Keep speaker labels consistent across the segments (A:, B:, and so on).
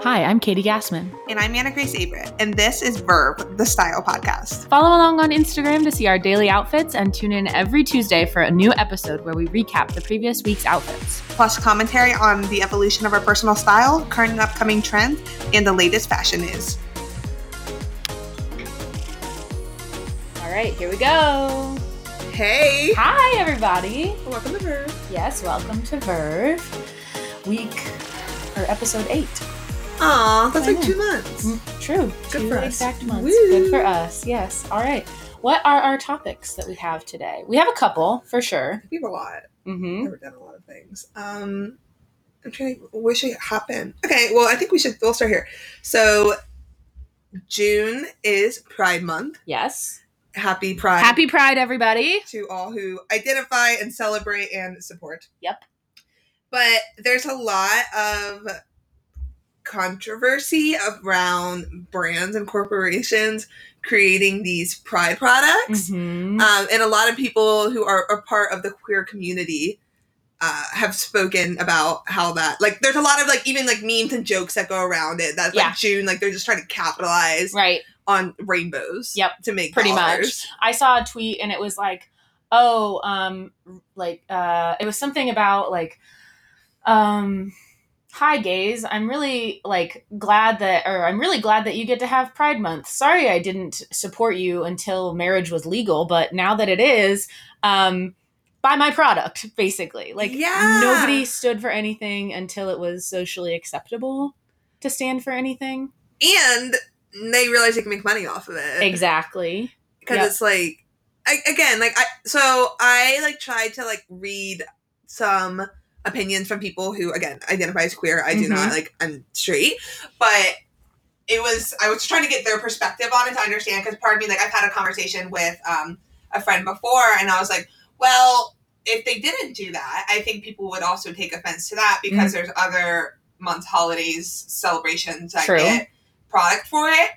A: Hi, I'm Katie Gassman.
B: And I'm Anna Grace Averett, and this is Verb, the Style Podcast.
A: Follow along on Instagram to see our daily outfits and tune in every Tuesday for a new episode where we recap the previous week's outfits.
B: Plus, commentary on the evolution of our personal style, current and upcoming trends, and the latest fashion news.
A: All right, here we go.
B: Hey!
A: Hi, everybody.
B: Oh, Welcome to Verb.
A: Yes, welcome to Verve Week or Episode 8.
B: Aw, that's
A: I
B: like
A: know.
B: two months.
A: Mm, True.
B: Good
A: Two
B: for us.
A: exact months.
B: Woo.
A: Good for us. Yes. All right. What are our topics that we have today? We have a couple for sure.
B: We have a lot.
A: Mm-hmm.
B: Never done a lot of things. Um, I'm trying to, where should I hop in? Okay, well, I think we should, we'll start here. So, June is Pride Month.
A: Yes.
B: Happy Pride.
A: Happy Pride, everybody.
B: to all who identify and celebrate and support.
A: Yep.
B: But there's a lot of controversy around brands and corporations creating these pride products.
A: Mm-hmm.
B: Um, and a lot of people who are a part of the queer community uh, have spoken about how that, like, there's a lot of, like, even like memes and jokes that go around it. That's
A: Yeah.
B: like June, like, they're just trying to capitalize
A: Right.
B: on rainbows
A: Yep.
B: to make
A: Pretty much.
B: dollars.
A: I saw a tweet and it was like, oh, um, like uh, it was something about like, um, hi gays. I'm really like glad that, or I'm really glad that you get to have Pride Month. Sorry, I didn't support you until marriage was legal, but now that it is, um. Buy my product, basically. Like
B: Yeah.
A: nobody stood for anything until it was socially acceptable to stand for anything.
B: and they realize they can make money off of it
A: Exactly.
B: because
A: yeah.
B: it's like I, again like i so i like tried to like read some opinions from people who again identify as queer i do not like i'm straight but it was i was trying to get their perspective on it to understand because part of me like i've had a conversation with um, a friend before and i was like well if they didn't do that i think people would also take offense to that because there's other month holidays celebrations that
A: True.
B: get product for it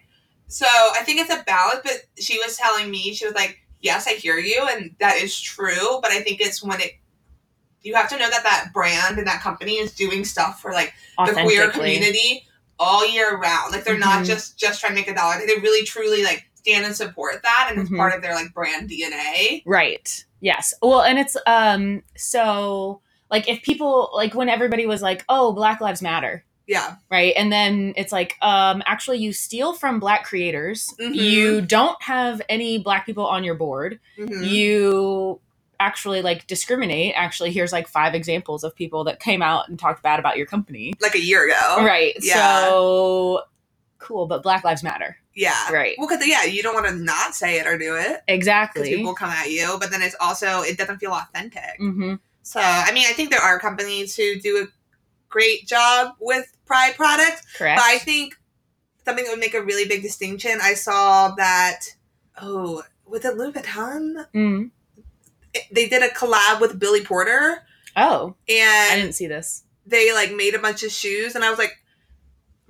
B: so i think it's a balance but she was telling me she was like yes i hear you and that is true but i think it's when it you have to know that that brand and that company is doing stuff for like the queer community all year round. Like they're not
A: Mhm.
B: just just trying to make a dollar. They really truly like stand and support that, and
A: Mhm.
B: it's part of their like brand DNA.
A: Right. Yes. Well, and it's um so like if people like when everybody was like, "Oh, Black Lives Matter."
B: Yeah,
A: Right? And then it's like um actually you steal from black creators.
B: Mhm.
A: You don't have any black people on your board.
B: Mhm.
A: You actually like discriminate. Actually, here's like five examples of people that came out and talked bad about your company.
B: like a year ago.
A: right.
B: Oh, yeah.
A: So cool, but Black Lives Matter.
B: Yeah.
A: Right.
B: Well, because yeah, you don't want to not say it or do it because
A: Exactly.
B: people come at you, but then it's also it doesn't feel authentic.
A: mm-hmm.
B: So I mean, I think there are companies who do a great job with Pride products.
A: Correct.
B: But I think something that would make a really big distinction. I saw that. Oh, with it Louis Vuitton? eh,
A: Mm.
B: They did a collab with Billy Porter,
A: Oh, I
B: and
A: didn't see this.
B: they like made a bunch of shoes. And I was like,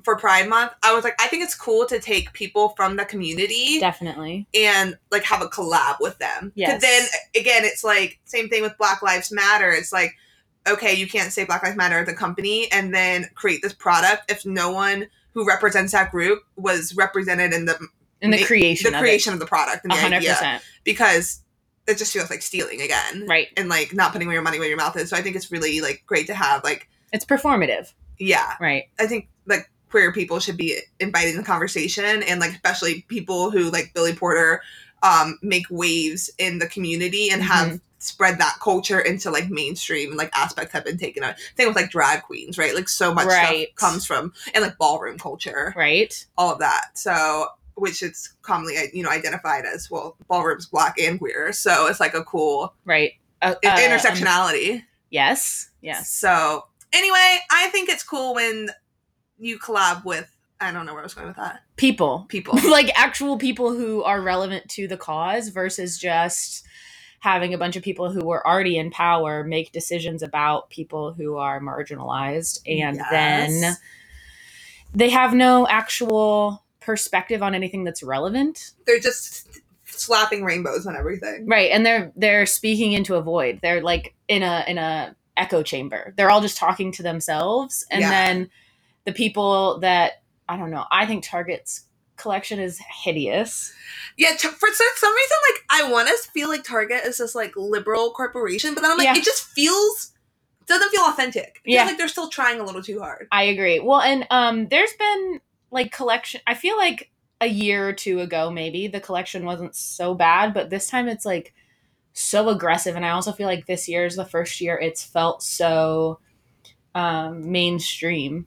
B: for Pride Month, I was like, I think it's cool to take people from the community
A: Definitely.
B: and like have a collab with them. Yeah.
A: Yes.
B: Then again, it's like same thing with Black Lives Matter. It's like, okay, you can't say Black Lives Matter as a company and then create this product if no one who represents that group was represented in the
A: in the
B: ma-
A: creation
B: the
A: of
B: creation of the product
A: it.
B: and
A: 100%
B: the idea because it just feels like stealing again
A: right
B: and like not putting where your money where your mouth is. So I think it's really like great to have like
A: it's performative
B: yeah,
A: right
B: I think like queer people should be invited in the conversation and like especially people who like Billy Porter um make waves in the community and
A: Mm-hmm.
B: have spread that culture into like mainstream like aspects have been taken out. Thing with like drag queens, right? Like so much
A: Right.
B: stuff comes from and like ballroom culture,
A: right
B: all of that. So which it's commonly you know identified as well ballrooms black and queer. So it's like a cool
A: right uh,
B: i-
A: uh, um,
B: intersectionality.
A: yes yes
B: So anyway, I think it's cool when you collab with I don't know where I was going with that.
A: people
B: People.
A: like actual people who are relevant to the cause versus just having a bunch of people who were already in power make decisions about people who are marginalized and then
B: Yes.
A: they have no actual perspective on anything that's relevant
B: they're just slapping rainbows on everything.
A: right and they're they're speaking into a void they're like in a in a echo chamber. They're all just talking to themselves. And
B: Yeah.
A: then the people that, I don't know, I think Target's collection is hideous.
B: Yeah, t- for some, some reason, like I want to feel like Target is this like liberal corporation, but then I'm like,
A: Yeah.
B: it just feels doesn't feel authentic. It
A: Yeah.
B: feels like they're still trying a little too hard.
A: I agree. Well, and um, there's been like collection. I feel like a year or two ago, maybe the collection wasn't so bad, but this time it's like so aggressive. And I also feel like this year is the first year it's felt so um, mainstream.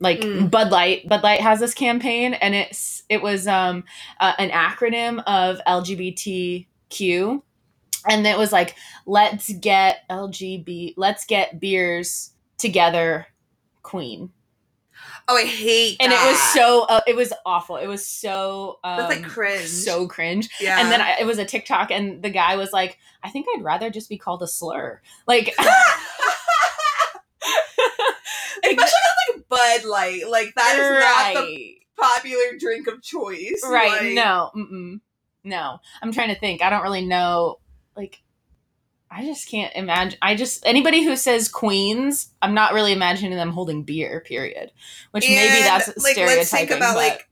A: Like
B: Mm.
A: Bud Light, Bud Light has this campaign, and it's it was um, uh, an acronym of LGBTQ, and it was like let's get LGB, let's get beers together, Queen
B: Oh, I hate.
A: and it was
B: that.
A: so uh, it was awful it was so um,
B: That's, like, cringe.
A: so cringe
B: yeah.
A: and then I, it was a tiktok and the guy was like i think i'd rather just be called a slur like
B: especially with like Bud Light, like that is not the
A: right,
B: popular drink of choice.
A: right
B: Like,
A: no mm-mm, no i'm trying to think i don't really know like i just can't imagine i just anybody who says queens i'm not really imagining them holding beer period which maybe
B: And,
A: that's
B: like
A: stereotyping
B: let's think about
A: but-
B: like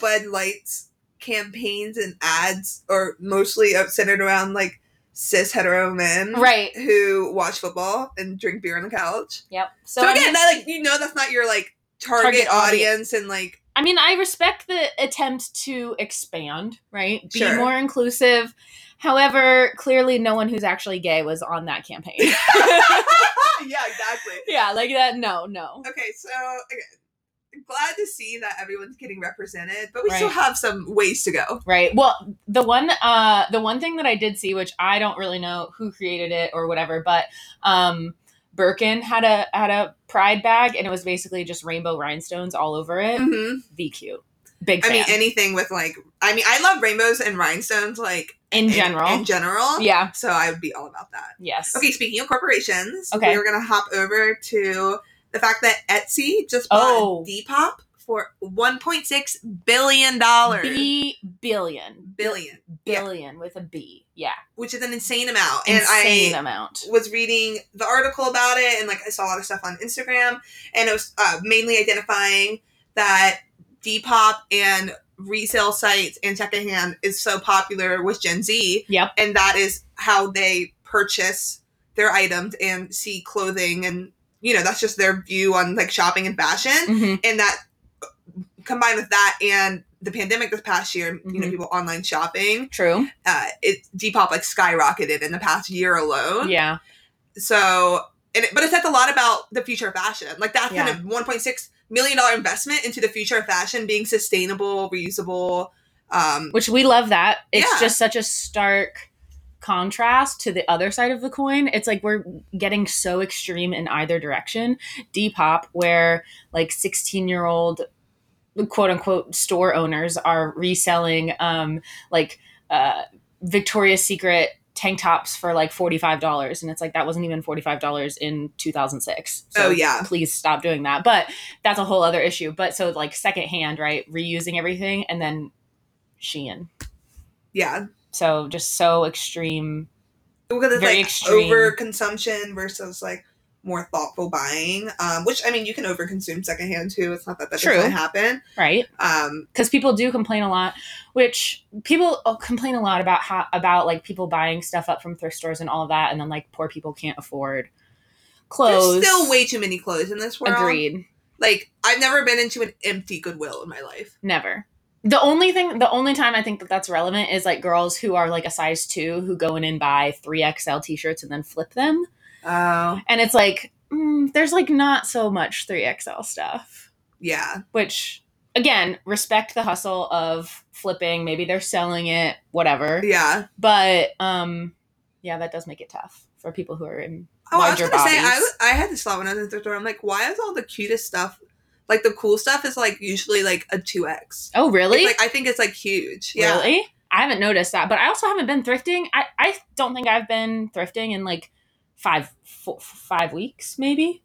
B: Bud Light's campaigns and ads are mostly uh, centered around like cis hetero men,
A: right
B: Who watch football and drink beer on the couch.
A: yep so,
B: So,
A: I mean-
B: again, that, like you know, that's not your like target,
A: Target
B: audience, and like
A: I mean, I respect the attempt to expand, right? Be
B: Sure.
A: more inclusive. However, clearly no one who's actually gay was on that campaign.
B: yeah, exactly.
A: yeah, like that no, no.
B: Okay, so okay, glad to see that everyone's getting represented, but we still
A: Right.
B: have some ways to go.
A: Right. Well, the one uh the one thing that I did see which I don't really know who created it or whatever, but um Birkin had a had a pride bag and it was basically just rainbow rhinestones all over it.
B: hmm
A: The cute. Big
B: I
A: fan
B: mean, anything with like, I mean, I love rainbows and rhinestones, like
A: in general.
B: In, general,
A: yeah.
B: So I would be all about that.
A: Yes.
B: Okay, speaking of corporations,
A: Okay.
B: we are gonna hop over to the fact that Etsy just bought
A: Oh.
B: Depop for one point six billion dollars.
A: B billion.
B: billion, Yeah.
A: Billion with a B. Yeah.
B: which is an insane amount,
A: insane
B: and I.
A: amount.
B: was reading the article about it and like I saw a lot of stuff on Instagram and it was uh, mainly identifying that Depop and resale sites and secondhand is so popular with Gen Z.
A: Yep.
B: And that is how they purchase their items and see clothing and you know that's just their view on like shopping and fashion
A: Mhm.
B: and that combined with that and the pandemic this past year, you know,
A: Mhm.
B: people online shopping,
A: True.
B: uh, it Depop like skyrocketed in the past year alone.
A: Yeah.
B: So, and it, but it says a lot about the future of fashion. Like that kind of one point six million dollar investment into the future of fashion being sustainable, reusable. Um,
A: Which we love that. It's
B: Yeah.
A: just such a stark contrast to the other side of the coin. It's like we're getting so extreme in either direction. Depop, where like 16 year old quote unquote store owners are reselling um like uh Victoria's Secret tank tops for like $45 and it's like that wasn't even $45 in 2006.
B: oh yeah,
A: please stop doing that. But that's a whole other issue. But so like secondhand, right? Reusing everything and then Shein.
B: yeah.
A: So just so extreme.
B: Because it's
A: Very
B: like
A: extreme.
B: overconsumption versus like more thoughtful buying. Um, which I mean, you can overconsume secondhand too. It's not that that
A: True.
B: doesn't happen.
A: Right.
B: Um,
A: Because people do complain a lot, which people oh, complain a lot about how about like people buying stuff up from thrift stores and all that, and then like poor people can't afford clothes.
B: there's still way too many clothes in this world.
A: agreed.
B: Like I've never been into an empty Goodwill in my life.
A: Never. The only thing, the only time I think that that's relevant is like girls who are like a size two who go in and buy three XL t-shirts and then flip them.
B: Oh
A: and it's like mm, there's like not so much 3xl stuff
B: yeah,
A: which again respect the hustle of flipping maybe they're selling it whatever
B: yeah.
A: but um yeah that does make it tough for people who are in
B: Oh, I was
A: larger
B: gonna say I,
A: bodies.
B: w- I had this thought when I was in thrift store. I'm like, why is all the cutest stuff, like the cool stuff, is like usually like a two X.
A: oh really
B: Like I think it's like huge. Yeah.
A: really i haven't noticed that but i also haven't been thrifting i i don't think i've been thrifting in like five four, five weeks maybe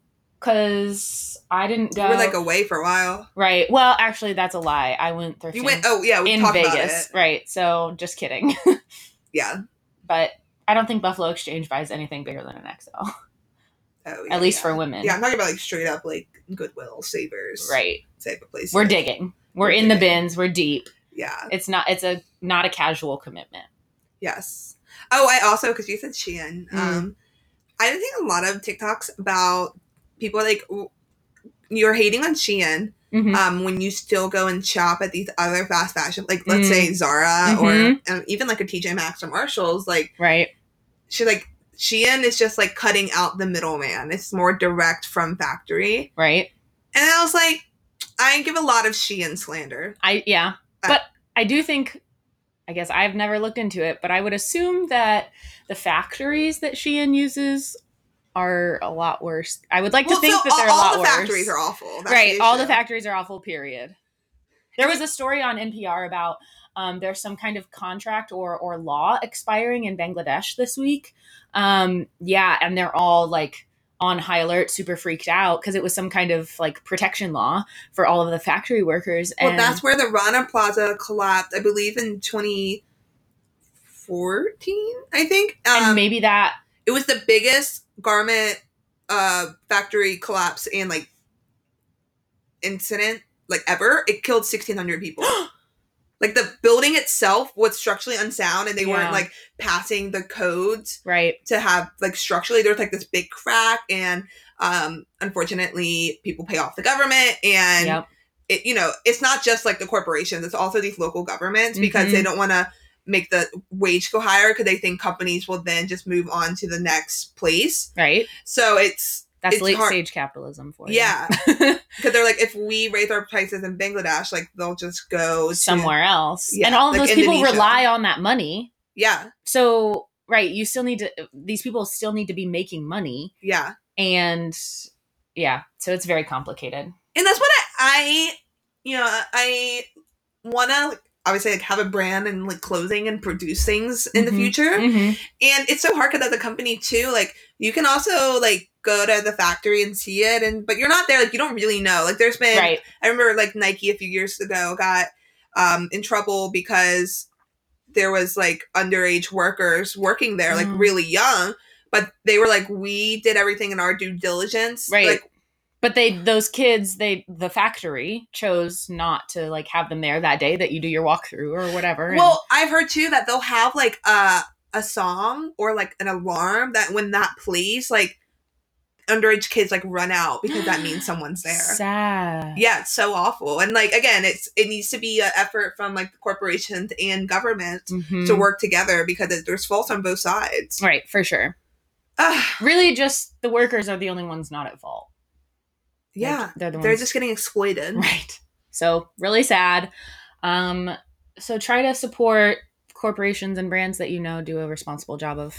A: because i didn't
B: You
A: go
B: were like away for a while.
A: right well actually that's a lie i went thrifting
B: You went. Oh yeah, we
A: in
B: talked about
A: vegas
B: it.
A: right so just kidding
B: Yeah.
A: but I don't think Buffalo Exchange buys anything bigger than an XL.
B: Oh,
A: at least
B: yeah.
A: for women.
B: Yeah, I'm talking about like straight up like Goodwill savers,
A: Right.
B: Type of places.
A: We're digging. We're,
B: We're
A: in the
B: digging.
A: bins. We're deep.
B: Yeah.
A: It's not. It's a not a casual commitment.
B: Yes. Oh, I also because you said Shein.
A: Mm.
B: Um, I've been seeing a lot of TikToks about people like w- you're hating on Shein.
A: Mhm.
B: Um, when you still go and shop at these other fast fashion, like let's
A: Mm.
B: say Zara
A: Mhm.
B: or um, even like a TJ Maxx or Marshalls, like
A: right.
B: she like Shein is just like cutting out the middleman. It's more direct from factory.
A: Right.
B: And I was like, I give a lot of Shein slander.
A: I yeah,
B: Uh,
A: but I do think I guess I've never looked into it, but I would assume that the factories that Shein uses are a lot worse. I would like
B: Well,
A: to think
B: so
A: that they're a
B: all,
A: lot
B: all the
A: worse.
B: factories are awful. That's
A: right. all the
B: issue.
A: factories are awful. Period. There was a story on NPR about um, there's some kind of contract or or law expiring in Bangladesh this week. Um, yeah, and they're all like on high alert, super freaked out because it was some kind of like protection law for all of the factory workers.
B: Well,
A: and
B: that's where the Rana Plaza collapsed, I believe, in 2014, I think.
A: and
B: Um,
A: maybe that
B: it was the biggest garment uh, factory collapse and like incident like ever. It killed 1,600 people. like the building itself was structurally unsound and they
A: Yeah.
B: weren't like passing the codes
A: right
B: to have like structurally there's like this big crack and um unfortunately people pay off the government and
A: yep
B: it, you know, it's not just like the corporations, it's also these local governments because they don't want to make the wage go higher because they think companies will then just move on to the next place.
A: right
B: So it's,
A: that's
B: It's
A: late
B: hard.
A: stage capitalism for you.
B: yeah. Because they're like, if we raise our prices in Bangladesh, like they'll just go to-
A: somewhere else
B: Yeah,
A: and all of
B: like
A: those people
B: Indonesia.
A: rely on that money
B: Yeah.
A: so right you still need to these people still need to be making money
B: Yeah.
A: and yeah so it's very complicated
B: And that's what I, I you know, I want to obviously like have a brand and like clothing and produce things in the
A: Mhm.
B: future.
A: Mhm.
B: and it's so hard because as a company too like you can also like go to the factory and see it and but you're not there like you don't really know like there's been
A: right
B: i remember like nike a few years ago got um in trouble because there was like underage workers working there like
A: Mm.
B: really young but they were like we did everything in our due diligence
A: Right.
B: like
A: but they those kids they the factory chose not to like have them there that day that you do your walkthrough or whatever and-
B: well i've heard too that they'll have like a a song or like an alarm that when that plays like underage kids like run out because that means someone's there
A: sad
B: yeah it's so awful and like again it's it needs to be an effort from like the corporations and government
A: Mhm.
B: to work together because it, there's faults on both sides
A: right for sure Mm-hmm.
B: Ugh,
A: really just the workers are the only ones not at fault They're-
B: yeah
A: they're the
B: they're
A: ones
B: just getting exploited
A: Right. So really sad. Um, so try to support corporations and brands that you know do a responsible job of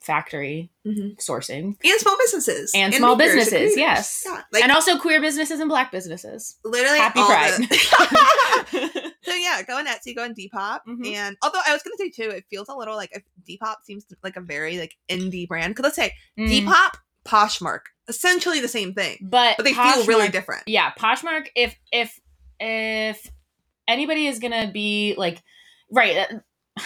A: factory
B: Mhm.
A: sourcing
B: and small businesses
A: and, small
B: makers
A: businesses.
B: creators.
A: Yes.
B: yeah like
A: and also queer businesses and black businesses. Mm,
B: literally
A: Happy
B: all
A: Pride.
B: the- so yeah go on etsy go on depop
A: Mhm.
B: and although i was gonna say too it feels a little like if depop seems like a very like indie brand because let's say
A: Mm.
B: depop poshmark essentially the same thing
A: But,
B: but they feel really
A: Poshmark-
B: different
A: yeah poshmark if if if anybody is gonna be like right uh,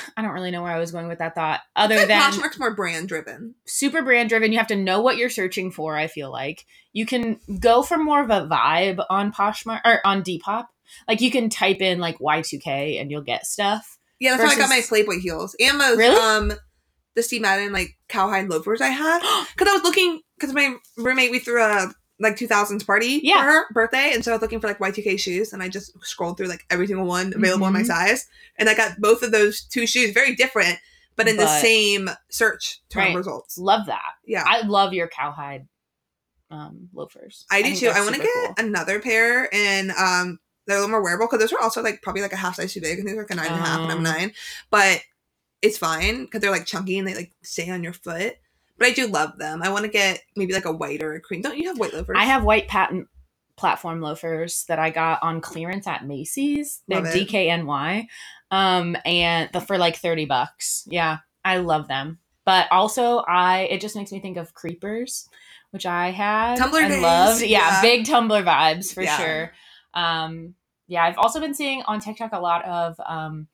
A: i don't really know where i was going with that thought other
B: I feel
A: than
B: like Poshmark's more brand driven.
A: super brand driven. You have to know what you're searching for, I feel like. You can go for more of a vibe on Poshmark or on Depop. Like you can type in like Y2K and you'll get stuff.
B: Yeah, that's why I got my
A: versus-
B: Playboy heels and those
A: Really?
B: um the Steve Madden like cowhide loafers I had because I was looking because my roommate we threw a like 2000s party
A: Yeah.
B: for her birthday and so I was looking for like Y2K shoes and I just scrolled through like every single one available in my
A: Mhm.
B: size and I got both of those two shoes very different but in the
A: But-
B: same search term
A: Right.
B: results.
A: love that.
B: Yeah. I-
A: I love your cowhide um loafers.
B: do
A: think
B: too.
A: they're
B: I want to
A: super
B: get another pair, and um, they're a little more wearable because those are also like probably like a half size too big. I think they're like a nine and a half, and I'm
A: Um.
B: nine. But it's fine because they're like chunky and they like stay on your foot. But I do love them. I want to get maybe like a white or a cream. Don't you have white loafers?
A: I have white patent platform loafers that I got on clearance at Macy's. They're
B: Love it.
A: DKNY. Um and the, for like 30 bucks. Yeah. I love them. But also I it just makes me think of creepers, which I had
B: Tumblr
A: and
B: days,
A: loved. Yeah,
B: yeah.
A: big Tumblr vibes for
B: Yeah.
A: sure. Um yeah, I've also been seeing on TikTok a lot of um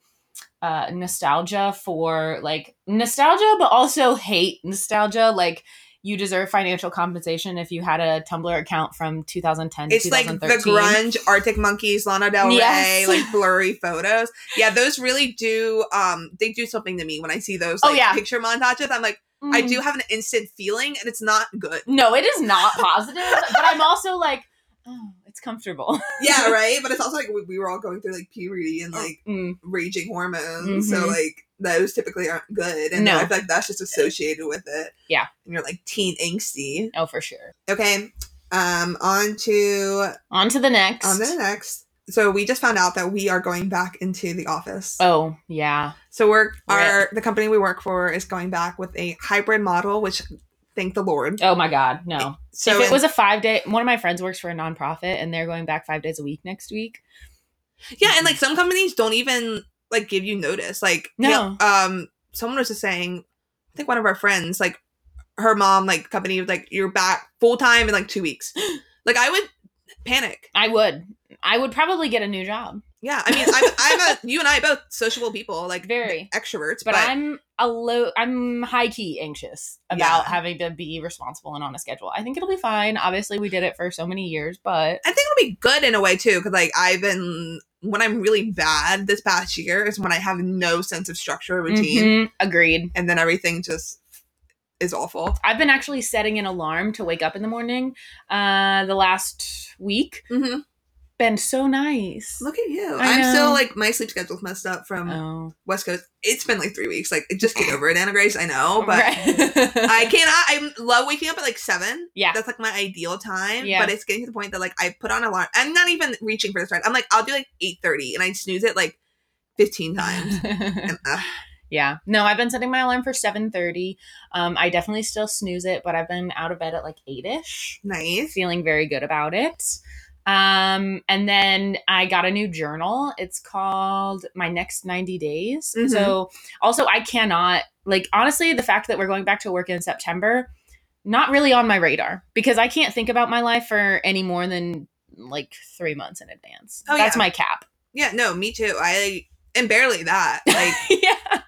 A: uh, nostalgia for like nostalgia, but also hate nostalgia. Like you deserve financial compensation if you had a Tumblr account from 2010
B: It's
A: to
B: like the
A: 2013.
B: grunge, Arctic Monkeys, Lana Del Rey,
A: Yes.
B: like blurry photos. Yeah, those really do. Um, they do something to me when I see those.
A: Oh,
B: Like,
A: yeah.
B: picture montages. I'm like, I
A: Mm.
B: do have an instant feeling, and it's not good.
A: No, it is not positive, but I'm also like, oh, it's comfortable.
B: Yeah, right. But it's also like we, we were all going through like puberty and like
A: Mm.
B: raging hormones. So
A: Mhm.
B: like those typically aren't good, and
A: No.
B: I feel like that's just associated with it.
A: Yeah.
B: and you're like teen angsty.
A: Oh, for sure.
B: Okay, um, on to
A: On to the next.
B: on to the next. So we just found out that we are going back into the office.
A: oh, yeah.
B: So we're our
A: Rip.
B: the company we work for is going back with a hybrid model, which thank the Lord.
A: Oh, my God. No.
B: So
A: if it
B: in-
A: was a five day, one of my friends works for a nonprofit and they're going back five days a week next week.
B: yeah, and
A: Mm-hmm.
B: like some companies don't even like give you notice. Like
A: No.
B: yeah, um, someone was just saying, I think one of our friends, like her mom, like company was like, you're back full time in like two weeks. like I would panic.
A: I would. I would probably get a new job.
B: Yeah, I mean, I'm, I'm a you and I both sociable people, like
A: Very.
B: extroverts,
A: But, I'm a low, I'm high key anxious about having to be responsible and on a schedule. I think it'll be fine. Obviously, we did it for so many years, but
B: I think it'll be good in a way too, because like I've been when I'm really bad this past year is when I have no sense of structure or routine,
A: Mhm, agreed.
B: and then everything just is awful.
A: I've been actually setting an alarm to wake up in the morning uh, the last week.
B: Mm-hmm.
A: Been so nice.
B: Look at you!
A: I
B: I'm still
A: know.
B: like my sleep schedule's messed up from
A: oh,
B: West Coast. It's been like three weeks. Like just get over it, Anna Grace. I
A: Oh,
B: know, but I
A: I
B: cannot. I love waking up at like seven.
A: Yeah.
B: that's like my ideal time.
A: Yeah.
B: but it's getting to the point that like I put on alarm. I'm not even reaching for the start. I'm like I'll do like eight thirty, and I snooze it like fifteen times. And, uh, ugh.
A: yeah. No, I've been setting my alarm for seven thirty. Um, I definitely still snooze it, but I've been out of bed at like eight ish,
B: nice.
A: feeling very good about it. Um, and then I got a new journal. It's called My Next 90 Days.
B: Mhm.
A: So also I cannot like honestly, the fact that we're going back to work in September, not really on my radar because I can't think about my life for any more than like three months in advance.
B: Oh,
A: That's
B: yeah.
A: my cap.
B: Yeah, no, me too. I and barely that. Like
A: yeah.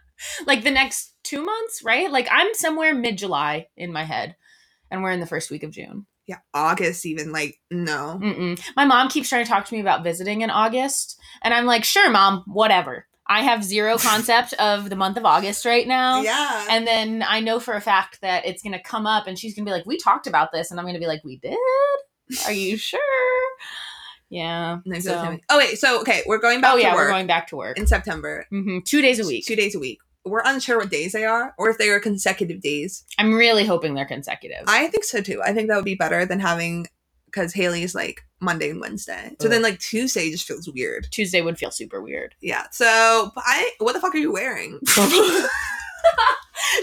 A: Like the next two months, right? Like I'm somewhere mid July in my head, and we're in the first week of June.
B: yeah, August even like no.
A: Mm-mm. My mom keeps trying to talk to me about visiting in August, and I'm like, sure, mom, whatever. I have zero concept of the month of August right now.
B: Yeah.
A: And then I know for a fact that it's going to come up, and she's going to be like, we talked about this. And I'm going to be like, we did? Are you sure? Yeah.
B: No,
A: so-
B: so- oh wait, so okay, we're going back
A: oh, yeah,
B: to work
A: we're going back to work.
B: in September.
A: hmm Two days a week.
B: Two days a week. We're unsure what days they are or if they are consecutive days.
A: I'm really hoping they're consecutive.
B: I think so too. I think that would be better than having because Haley's like Monday and Wednesday. So
A: Ugh.
B: then like Tuesday just feels weird.
A: Tuesday would feel super weird.
B: Yeah. So but I what the fuck are you wearing?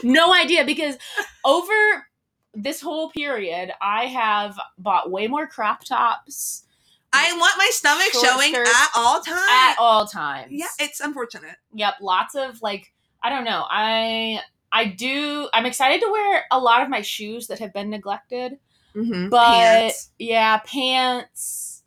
A: no idea because over this whole period, I have bought way more crop tops
B: I want my stomach
A: Short
B: showing
A: skirts.
B: at all times.
A: at all times.
B: yeah, it's unfortunate.
A: Yep. Lots of like, I don't know. I I do. I'm excited to wear a lot of my shoes that have been neglected,
B: Mm-hmm.
A: but yeah, pants.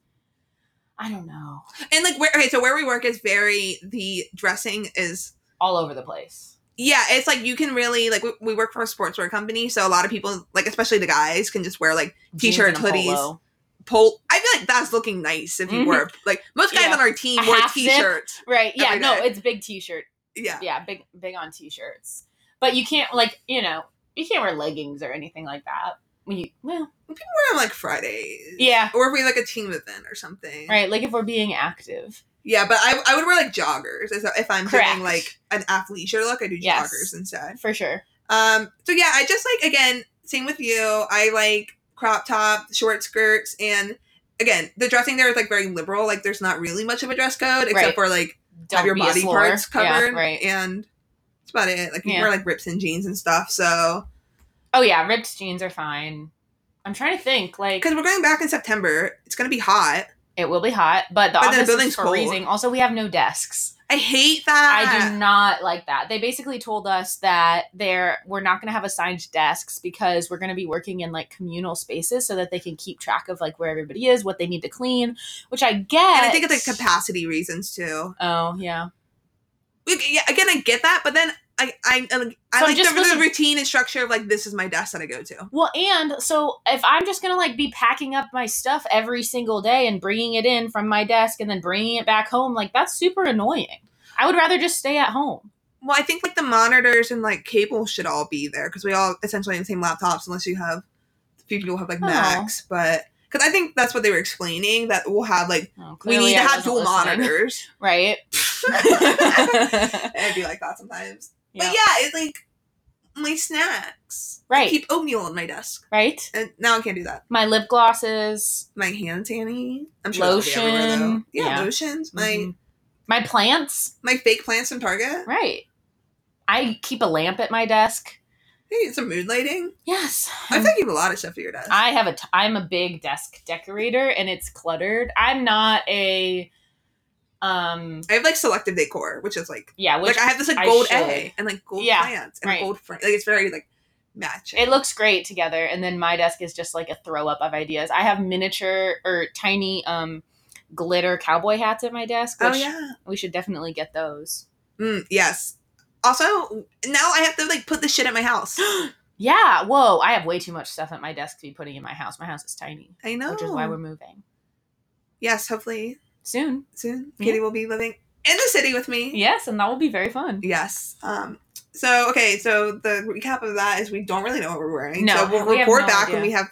A: I don't know.
B: And like where okay, so where we work is very the dressing is
A: All over the place.
B: yeah, it's like you can really like we, we work for a sportswear company, so a lot of people like especially the guys can just wear like
A: Jeans
B: T-shirts,
A: and a
B: hoodies,
A: polo.
B: pole. I feel like that's looking nice if you
A: Mhm.
B: were like most guys
A: Yeah.
B: on our team
A: A
B: wear
A: half zip.
B: T-shirts.
A: Right. Yeah.
B: every
A: No,
B: day.
A: it's big T-shirt.
B: Yeah.
A: yeah, big big on t-shirts. But you can't like you know you can't wear leggings or anything like that. When you well
B: wear them like Fridays.
A: yeah
B: Or if we like a team event or something.
A: right like if we're being active
B: Yeah, but I, I would wear like joggers as if I'm
A: Correct.
B: doing like an athleisure look. I do
A: Yes.
B: joggers instead.
A: for sure.
B: Um. So yeah, I just like again same with you. I like crop top, short skirts, and again the dressing there is like very liberal. Like there's not really much of a dress code except
A: Right.
B: for like
A: Don't
B: have your
A: be a
B: body
A: slore.
B: parts covered.
A: Yeah, right.
B: And that's about it. Like you can
A: Yeah.
B: wear like rips and jeans and stuff. So
A: Oh yeah, ripped jeans are fine. I'm trying to think like
B: because we're going back in September, it's gonna be hot.
A: it will be hot, but the
B: But the
A: office
B: building's
A: is
B: cold.
A: freezing. Also, we have no desks.
B: I hate
A: I
B: that.
A: do not like that. They basically told us that they're we're not going to have assigned desks because we're going to be working in like communal spaces so that they can keep track of like where everybody is, what they need to clean, which I get.
B: And I think it's like capacity reasons too.
A: Oh yeah,
B: Like, yeah, again, I get that, but then I I, I like I
A: So I'm
B: like the,
A: just supposed
B: the
A: to-
B: routine and structure of like this is my desk that I go to.
A: Well, and so if I'm just gonna like be packing up my stuff every single day and bringing it in from my desk and then bringing it back home, like that's super annoying. I would rather just stay at home.
B: Well, I think like the monitors and like cable should all be there because we all essentially have the same laptops unless you have a few people have like
A: Oh.
B: Macs, but because I think that's what they were explaining that we'll have like
A: Oh,
B: we
A: clearly
B: need to
A: I wasn't
B: have dual
A: listening.
B: monitors.
A: right?
B: It'd be like that sometimes,
A: Yeah.
B: but yeah, it's like my snacks.
A: Right,
B: Keep oatmeal on my desk,
A: right.
B: and now I can't do that.
A: My lip glosses,
B: My hand sanitizer, I'm sure that'll be everywhere, though.
A: Lotion.
B: Yeah,
A: Yeah.
B: lotions. My
A: mhm. my plants.
B: my fake plants from Target.
A: Right. I keep a lamp at my desk.
B: Hey, some mood lighting.
A: Yes.
B: I think you have a lot of stuff at your desk.
A: Mm-hmm. I have a. T- I'm a big desk decorator, and it's cluttered. I'm not a. Um.
B: I have like selective decor, which is like
A: Yeah. Which
B: like I have this like
A: I
B: gold
A: should.
B: A and like gold
A: Yeah,
B: plants and
A: right.
B: a gold frame. Like it's very like matching.
A: it looks great together, and then my desk is just like a throw up of ideas. I have miniature or tiny um glitter cowboy hats at my desk.
B: oh
A: Which
B: yeah.
A: We should definitely get those.
B: Mm, yes. Also, now I have to like put this shit at my house.
A: Yeah. Whoa. I have way too much stuff at my desk to be putting in my house. My house is tiny,
B: I know.
A: which is why we're moving
B: yes, hopefully
A: soon.
B: soon
A: Yeah.
B: Katie will be living in the city with me.
A: Yes, and that will be very fun.
B: Yes. Um. So okay. So the recap of that is we don't really know what we're wearing.
A: No,
B: So we'll
A: we have
B: report
A: no
B: back when
A: idea.
B: we have.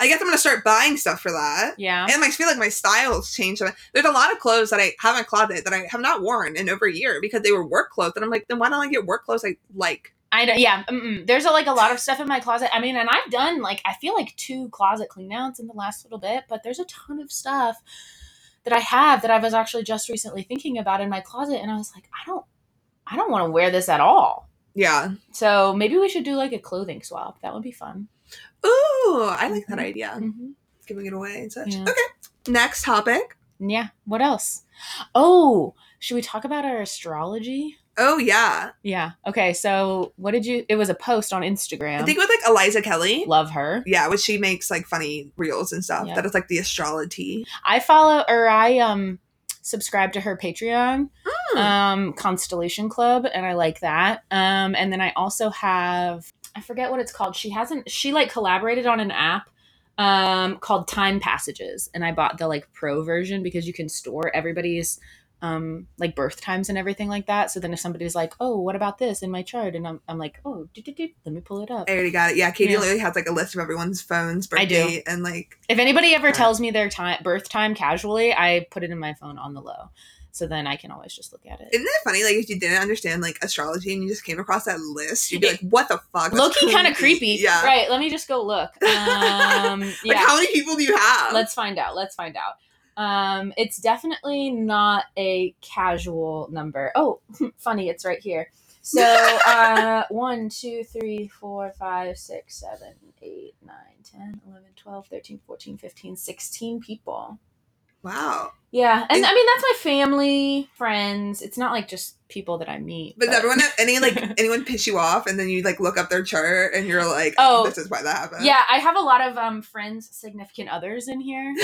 B: I guess I'm gonna start buying stuff for that.
A: Yeah.
B: And I feel like my style's changed. There's a lot of clothes that I have in my closet that I have not worn in over a year because they were work clothes. And I'm like, then why don't I get work clothes I like?
A: I know. Yeah, mm-mm. there's a, like a lot of stuff in my closet. I mean, and I've done like I feel like two closet cleanouts in the last little bit, but there's a ton of stuff that I have that I was actually just recently thinking about in my closet, and I was like, I don't, I don't want to wear this at all.
B: Yeah.
A: So maybe we should do like a clothing swap. That would be fun.
B: Ooh, I like that
A: Mhm.
B: idea.
A: hmm
B: Giving it away and such.
A: Yeah.
B: Okay. Next topic.
A: Yeah. What else? Oh, should we talk about our astrology?
B: Oh yeah.
A: Yeah. Okay. So what did you? It was a post on Instagram.
B: I think with like Eliza Kelly.
A: Love her.
B: Yeah, which she makes like funny reels and stuff.
A: Yeah.
B: That is like the astrology.
A: I follow or I um subscribe to her Patreon,
B: Hmm.
A: um, Constellation Club, and I like that. Um, and then I also have I forget what it's called. She hasn't she like collaborated on an app um called Time Passages, and I bought the like pro version because you can store everybody's um like birth times and everything like that. So then if somebody's like, oh, what about this in my chart? And I'm I'm like, oh, do, do, do, let me pull it up.
B: I already got it. Yeah, Katie
A: Yeah.
B: literally has like a list of everyone's phones,
A: I do.
B: birthday, and like
A: If anybody ever
B: Right.
A: tells me their time birth time casually, I put it in my phone on the low. So then I can always just look at it.
B: isn't it funny? Like if you didn't understand like astrology and you just came across that list, you'd be like, what the fuck? That's
A: Loki kind of creepy.
B: Yeah.
A: Right, let me just go look. Um
B: Like
A: yeah.
B: how many people do you have?
A: Let's find out. Let's find out. Um it's definitely not a casual number. Oh, funny, it's right here. So uh one, two, three, four, five, six, seven, eight, nine, ten, eleven, twelve, thirteen, fourteen, fifteen, sixteen people.
B: Wow.
A: Yeah, and
B: Is-
A: I mean that's my family, friends. It's not like just people that I meet.
B: But does everyone have any like anyone piss you off and then you like look up their chart and you're like,
A: Oh.
B: this is why that happened.
A: Yeah, I have a lot of um friends, significant others in here.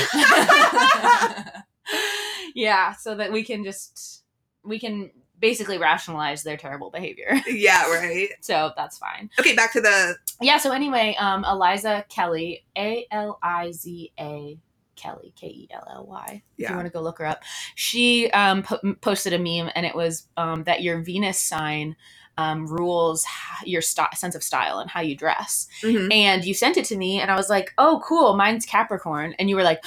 A: yeah, so that we can just we can basically rationalize their terrible behavior.
B: Yeah, right.
A: So that's fine.
B: Okay, back to the
A: Yeah, so anyway, um Eliza Kelly, A L I Z A Kelly, K E L L Y. If you
B: yeah.
A: want to go look her up. She um, po- m- posted a meme, and it was um, that your Venus sign um, rules h- your st- sense of style and how you dress.
B: Mhm.
A: And you sent it to me, and I was like, "Oh, cool, mine's Capricorn," and you were like,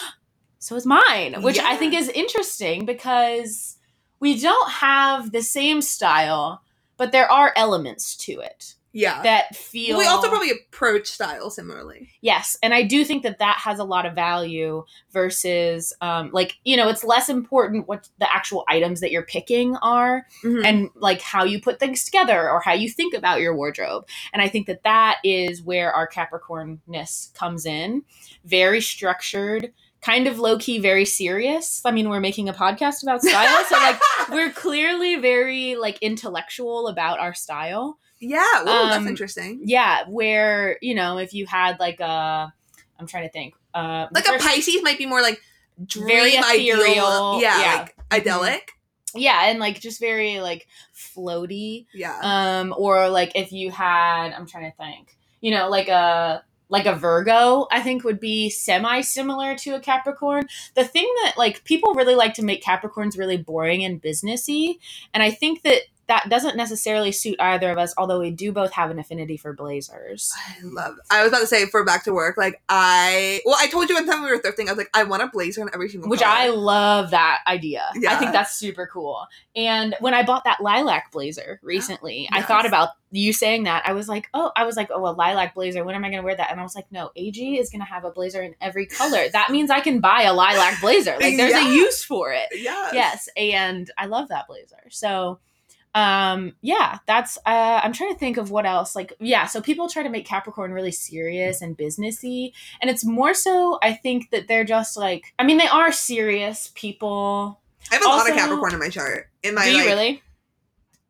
A: "So is mine," which I
B: Yeah.
A: think is interesting because we don't have the same style, but there are elements to it
B: Yeah.
A: that
B: Well,
A: feel.
B: we also probably approach style similarly.
A: Yes, and I do think that that has a lot of value versus, um, like you know, it's less important what the actual items that you're picking are,
B: Mhm.
A: and like how you put things together or how you think about your wardrobe. And I think that that is where our Capricornness comes in. Very structured, kind of low key, very serious. I mean, we're making a podcast about style, so like we're clearly very like intellectual about our style
B: yeah, well, that's
A: um,
B: interesting.
A: yeah where you know if you had like a i'm trying to think uh the
B: Like a
A: first-
B: Pisces might be more like dream
A: Very
B: ideal.
A: ethereal,
B: Yeah,
A: yeah. Mm-hmm.
B: like idyllic.
A: yeah, and like just very like floaty.
B: Yeah.
A: Um, or like if you had, I'm trying to think, you know, like a like a Virgo, I think would be semi similar to a Capricorn. The thing that like people really like to make Capricorns really boring and businessy, and I think that that doesn't necessarily suit either of us. Although we do both have an affinity for blazers.
B: I love. I was about to say for back to work, like I. Well, I told you one time we were thrifting. I was like, I want a blazer in every single.
A: Which
B: color.
A: I love that idea. I
B: Yeah.
A: think that's super cool. And when I bought that lilac blazer recently, I
B: Oh, Yes.
A: thought about you saying that. I was like, oh, I was like, oh, a lilac blazer. When am I going to wear that? And I was like, no, AG is going to have a blazer in every color. That means I can buy a lilac blazer. Like, there's
B: Yeah.
A: a use for it.
B: Yes.
A: Yes. And I love that blazer. So, um, yeah, that's, uh, I'm trying to think of what else. Like, yeah, so people try to make Capricorn really serious and businessy. And it's more so, I think that they're just like, I mean, they are serious people.
B: I have a lot
A: Also-
B: of Capricorn in my chart. In my
A: Do you
B: like,
A: really?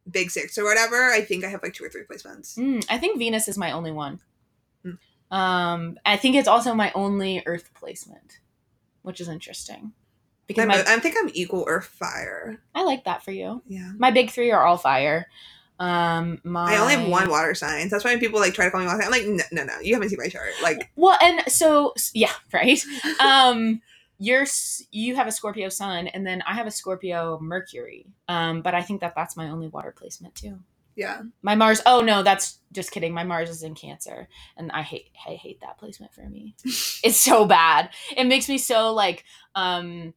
B: big six or whatever, I think I have like two or three placements.
A: Mm, I think Venus is my only one.
B: Hmm.
A: Um, I think it's also my only Earth placement, which is interesting because
B: I'm-
A: my,
B: I think I'm equal or fire.
A: I like that for you.
B: Yeah.
A: My big three are all fire. Um, my
B: I only have one water sign. That's why people like try to call me water. sign. I'm like, no, no, no. You haven't seen my chart. Like,
A: Well, and so s- yeah, right. Um, you're s- you have a Scorpio Sun, and then I have a Scorpio Mercury. Um, but I think that that's my only water placement too.
B: yeah.
A: My Mars. Oh no, that's just kidding. My Mars is in Cancer, and I hate I hate that placement for me. it's so bad. It makes me so like um,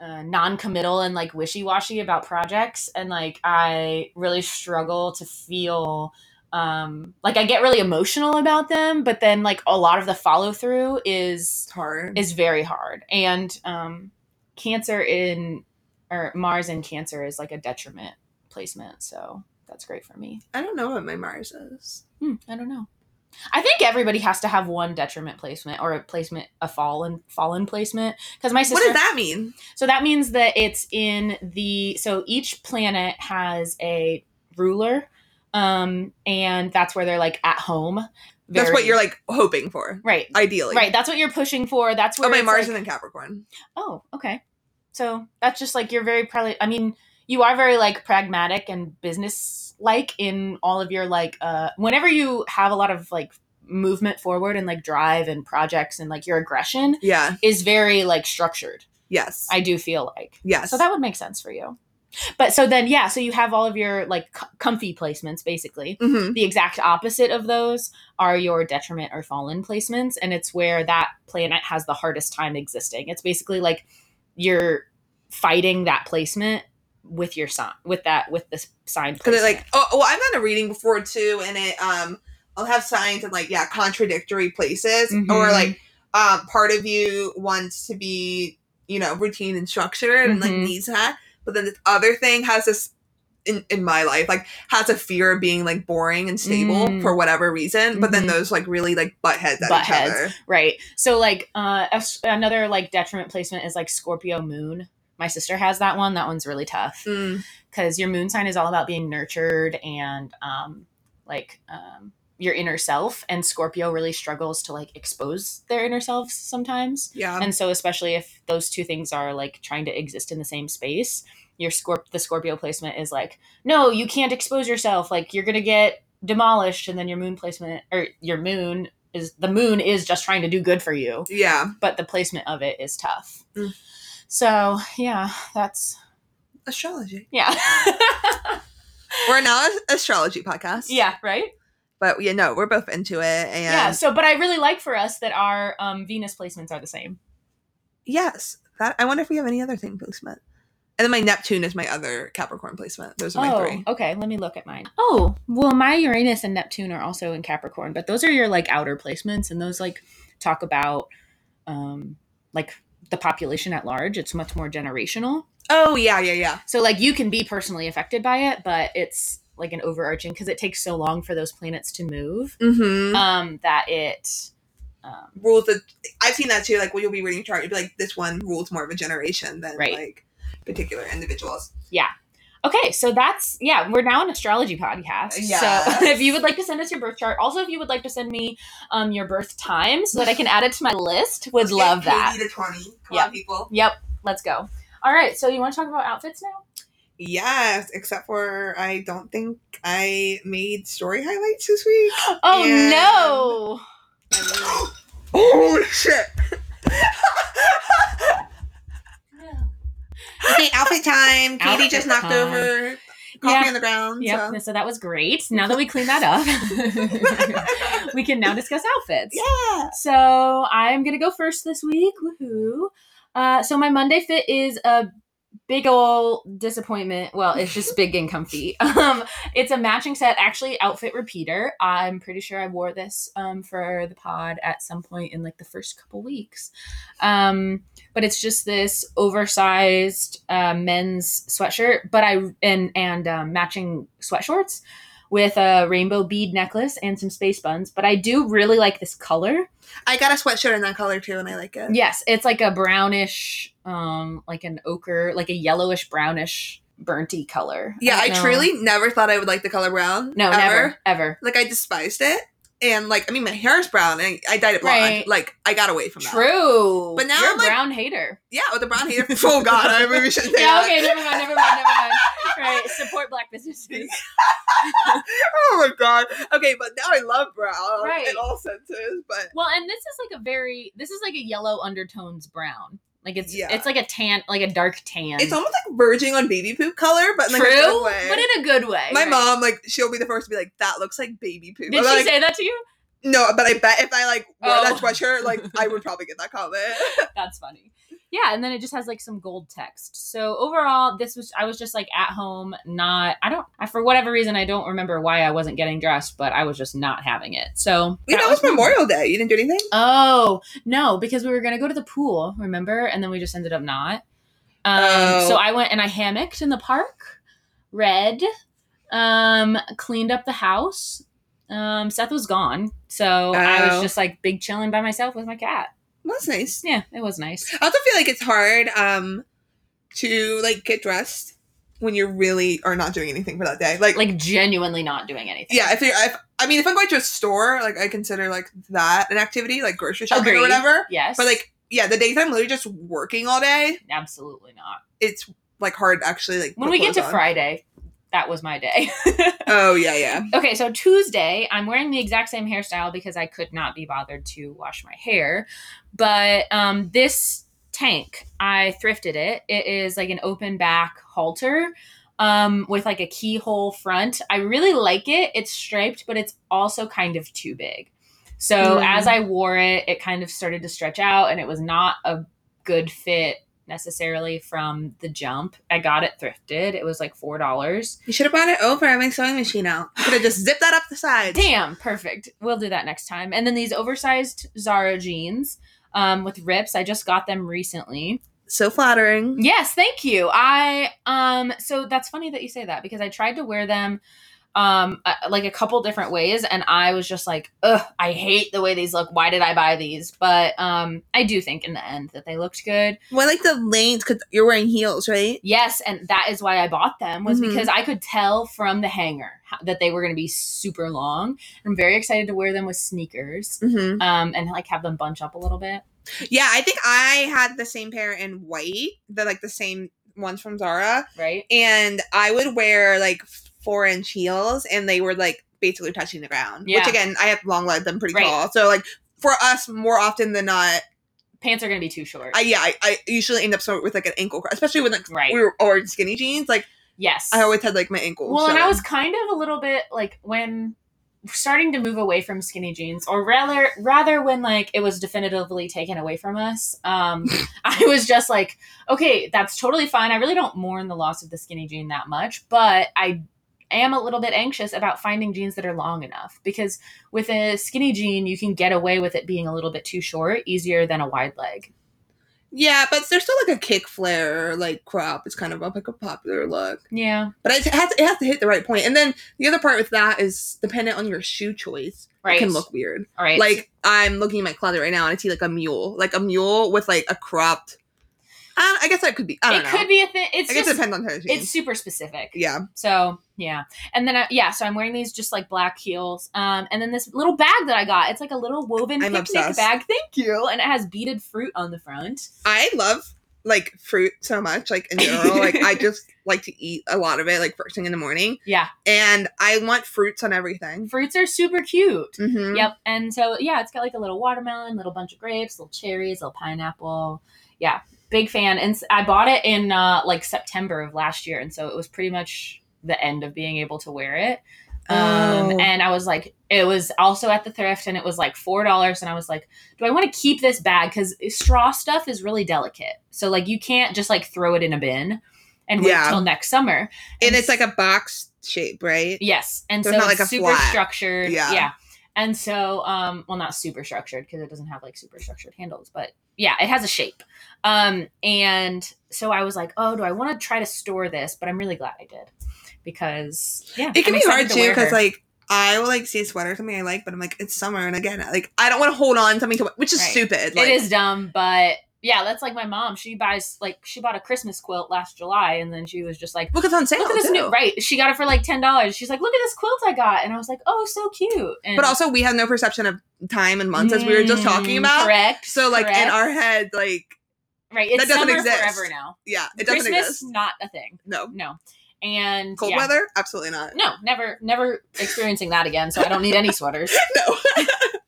A: uh, non-committal and like wishy-washy about projects, and like I really struggle to feel um like I get really emotional about them, but then like a lot of the follow through is
B: It's hard.
A: is very hard. And um, Cancer in or Mars in Cancer is like a detriment placement, so that's great for me.
B: I don't know what my Mars is.
A: Hmm, I don't know. I think everybody has to have one detriment placement or a placement a fallen fallen placement because my sister.
B: What does that mean?
A: So that means that it's in the so each planet has a ruler, um, and that's where they're like at home.
B: That's what
A: Very-
B: you're like hoping for,
A: right.
B: ideally.
A: Right, that's what you're pushing for. That's where
B: Oh, my
A: it's,
B: Mars
A: like-
B: is in Capricorn.
A: Oh, okay. So that's just like you're very probably. I mean, you are very like pragmatic and business like in all of your like. Uh, whenever you have a lot of like movement forward and like drive and projects and like your aggression
B: Yeah.
A: is very like structured.
B: Yes.
A: I do feel like
B: yes.
A: so that would make sense for you. But so then yeah, so you have all of your like c- comfy placements basically
B: Mhm.
A: the exact opposite of those are your detriment or fallen placements and it's where that planet has the hardest time existing it's basically like you're fighting that placement with your sign with that with this sign
B: Cause it
A: placement.
B: like oh well I've done a reading before too and it um I'll have signs in like yeah contradictory places
A: Mhm.
B: or like um part of you wants to be you know routine and structured and like
A: Mhm.
B: needs that but then this other thing has this in, in my life like has a fear of being like boring and stable
A: Mm.
B: for whatever reason but then
A: Mhm.
B: those like really like butt heads at
A: Butt
B: each
A: heads.
B: other
A: right so like uh a s- another like detriment placement is like scorpio moon my sister has that one that one's really tough
B: Mm.
A: because your moon sign is all about being nurtured and um, like um, your inner self and scorpio really struggles to like expose their inner selves sometimes
B: yeah
A: and so especially if those two things are like trying to exist in the same space your scorp the scorpio placement is like no you can't expose yourself like you're gonna get demolished and then your moon placement or your moon is the moon is just trying to do good for you
B: yeah
A: but the placement of it is tough
B: Mm.
A: so yeah that's
B: astrology
A: yeah
B: we're now an astrology podcast
A: Yeah, right?
B: but yeah no we're both into it and
A: Yeah. So, but I really like for us that our um, Venus placements are the same.
B: Yes. That I wonder if we have any other thing placement. And then my Neptune is my other Capricorn placement. Those are my
A: oh,
B: three.
A: okay. Let me look at mine. Oh, well, my Uranus and Neptune are also in Capricorn, but those are your like outer placements, and those like talk about um, like the population at large. It's much more generational.
B: Oh yeah, yeah, yeah.
A: So, like, you can be personally affected by it, but it's like an overarching because it takes so long for those planets to move
B: Mm-hmm.
A: um, that it. Um,
B: rules that I've seen that too. Like when you'll be reading a chart, you'll be like, this one rules more of a generation than
A: Right.
B: like particular individuals.
A: Okay, so that's yeah, we're now an astrology podcast.
B: Yes.
A: So if you would like to send us your birth chart, also if you would like to send me um your birth time so that I can add it to my list, would
B: Let's get
A: love that.
B: Katie to twenty. Come
A: Yeah.
B: on, people.
A: Yep, let's go. All right, so you want to talk about outfits now?
B: Yes, except for I don't think I made story highlights this week.
A: Oh
B: And-
A: no!
B: Holy shit! Okay, outfit time. Katie
A: Outfit
B: just knocked
A: time.
B: over coffee
A: Yeah.
B: on the ground.
A: Yep.
B: So.
A: So that was great. Now that we cleaned that up, we can now discuss outfits.
B: Yeah.
A: So I'm gonna go first this week. Woohoo! Uh, so my Monday fit is a big old disappointment. Well, it's just big and comfy. Um, it's a matching set, actually outfit repeater. I'm pretty sure I wore this um, for the pod at some point in like the first couple weeks. Um, but it's just this oversized uh, men's sweatshirt, but I and and um, matching sweatshorts with a rainbow bead necklace and some space buns. But I do really like this color.
B: I got a sweatshirt in that color too, and I like it.
A: Yes, it's like a brownish, um, like an ochre, like a yellowish brownish, burnty color.
B: Yeah, I
A: don't know.
B: truly never thought I would like the color brown.
A: no,
B: ever.
A: never, ever.
B: Like I despised it, and like I mean, my hair is brown, and I dyed it blonde.
A: Right.
B: Like I got away from that.
A: True,
B: But now
A: you're
B: I'm
A: a
B: like-
A: brown hater.
B: Yeah, with the brown hair. oh God, I maybe shouldn't say
A: Yeah,
B: that.
A: okay, never mind, never mind, never mind. Right, support black businesses.
B: Oh my God. Okay, but now I love brown
A: Right.
B: in all senses. But
A: Well, and this is like a very, this is like a yellow undertones brown. Like it's,
B: Yeah.
A: it's like a tan, like a dark tan.
B: it's almost like verging on baby poop color, but in, like,
A: true,
B: a good way.
A: but in a good way.
B: my
A: right?
B: mom, like, she'll be the first to be like, "That looks like baby poop."
A: Did
B: I'm
A: she
B: like,
A: say that to you?
B: No, but I bet if I like wore that
A: Oh.
B: sweatshirt, like I would probably get that comment.
A: That's funny. Yeah, and then it just has like some gold text. So overall, this was I was just like at home, not I don't I for whatever reason I don't remember why I wasn't getting dressed, but I was just not having it. So
B: You know, it was Memorial Day. You didn't do anything.
A: Oh no, because we were gonna go to the pool, remember? And then we just ended up not. Um,
B: Oh.
A: So I went and I hammocked in the park, read, um, cleaned up the house. Um, Seth was gone, so I
B: Oh.
A: was just like big chilling by myself with my cat.
B: That's nice.
A: Yeah, it was nice.
B: I also feel like it's hard um to like get dressed when you really are not doing anything for that day. Like,
A: Like genuinely not doing anything.
B: yeah, if you're, if I mean, if I'm going to a store, like I consider like that an activity, like grocery shopping
A: Agreed.
B: or whatever.
A: Yes.
B: But like, yeah, the days I'm literally just working all day,
A: absolutely not.
B: it's like hard to actually like.
A: When
B: put
A: we get
B: clothes
A: to
B: on.
A: Friday, that was my day.
B: Oh yeah, yeah.
A: okay, so Tuesday, I'm wearing the exact same hairstyle because I could not be bothered to wash my hair. But um, this tank, I thrifted it. It is like an open back halter um, with like a keyhole front. I really like it. It's striped, but it's also kind of too big. So
B: Mm.
A: as I wore it, it kind of started to stretch out and it was not a good fit necessarily from the jump. I got it thrifted. It was like $4.
B: You should have brought it over at my sewing machine out. Could have just zipped that up the sides.
A: Damn, perfect. We'll do that next time. And then these oversized Zara jeans um, with rips. I just got them recently.
B: So flattering.
A: Yes, thank you. I um so that's funny that you say that because I tried to wear them um uh, like a couple different ways and I was just like, "Ugh, I hate the way these look. Why did I buy these?" But um I do think in the end that they looked good.
B: Well, I like the lanes because you're wearing heels, right?
A: Yes, and that is why I bought them was
B: Mhm.
A: because I could tell from the hanger how- that they were going to be super long. I'm very excited to wear them with sneakers.
B: Mm-hmm.
A: um, and like have them bunch up a little bit.
B: Yeah, I think I had the same pair in white, the like the same ones from Zara,
A: Right?
B: and I would wear like four inch heels, and they were like basically touching the ground.
A: Yeah.
B: Which again, I have long legs; I'm pretty
A: Right.
B: tall, so like for us, more often than not,
A: Pants are gonna be too short.
B: I yeah, I, I usually end up somewhere with like an ankle, cr- especially with like
A: right.
B: we were or skinny jeans. Like
A: yes.
B: I always had like my ankle.
A: Well, and I
B: showing.
A: was kind of a little bit like when starting to move away from skinny jeans, or rather, rather when like it was definitively taken away from us. Um, I was just like, okay, that's totally fine. I really don't mourn the loss of the skinny jean that much, but I am a little bit anxious about finding jeans that are long enough because with a skinny jean, you can get away with it being a little bit too short easier than a wide leg.
B: yeah, but there's still like a kick flare like crop. It's kind of a, like a popular look.
A: Yeah.
B: But it has, it has to hit the right point. And then the other part with that is dependent on your shoe choice.
A: Right.
B: It can look weird.
A: All right.
B: Like I'm looking at my closet right now and I see like a mule, like a mule with like a cropped. I, I guess that could be. I don't
A: it
B: know.
A: could be a thing. It's
B: I guess it
A: just
B: depends on her.
A: it's super specific.
B: yeah.
A: So yeah, and then I, yeah, so I'm wearing these just like black heels, um, and then this little bag that I got. It's like a little woven
B: I'm
A: picnic
B: obsessed.
A: bag. Thank you, and it has beaded fruit on the front.
B: I love like fruit so much, like in general. like I just like to eat a lot of it, like first thing in the morning.
A: Yeah.
B: And I want fruits on everything.
A: Fruits are super cute.
B: Mm-hmm.
A: Yep. And so yeah, it's got like a little watermelon, little bunch of grapes, little cherries, little pineapple. Yeah, big fan. And s- I bought it in uh, like September of last year, and so it was pretty much the end of being able to wear it. Um,
B: Oh.
A: And I was like, it was also at the thrift, and it was like four dollars. And I was like, do I want to keep this bag? Because straw stuff is really delicate, so like you can't just like throw it in a bin and wait
B: Yeah.
A: till next summer.
B: And it's like a box shape, right?
A: Yes, and
B: So
A: so,
B: it's not
A: it's
B: like a
A: super
B: flat.
A: structured.
B: Yeah.
A: Yeah. and so um, well, not super structured because it doesn't have like super structured handles, but yeah, it has a shape. Um, and so I was like, oh, do I want to try to store this? But I'm really glad I did because yeah,
B: It can
A: I'm
B: be
A: excited
B: hard
A: to
B: too
A: wear
B: because
A: her.
B: like I will like see a sweater or something I like, but I'm like it's summer and again like I don't want to hold on to something to which is
A: Right.
B: stupid. Like,
A: it is dumb, but yeah, that's like my mom. She buys like she bought a Christmas quilt last July, and then she was just like.
B: Look, it's on sale.
A: Look at this
B: too.
A: new right. She got it for like ten dollars. She's like, "Look at this quilt I got," and I was like, "Oh, so cute." And
B: But also, we have no perception of time and months as we were just talking
A: Mm,
B: about.
A: Correct.
B: So, like in
A: correct.
B: our head, like
A: Right. It's
B: That doesn't
A: summer
B: exist.
A: forever now.
B: yeah, it doesn't
A: Christmas,
B: exist.
A: not a thing.
B: No
A: No. And
B: cold
A: yeah.
B: weather, absolutely not.
A: No, never, never experiencing that again. So I don't need any sweaters.
B: No.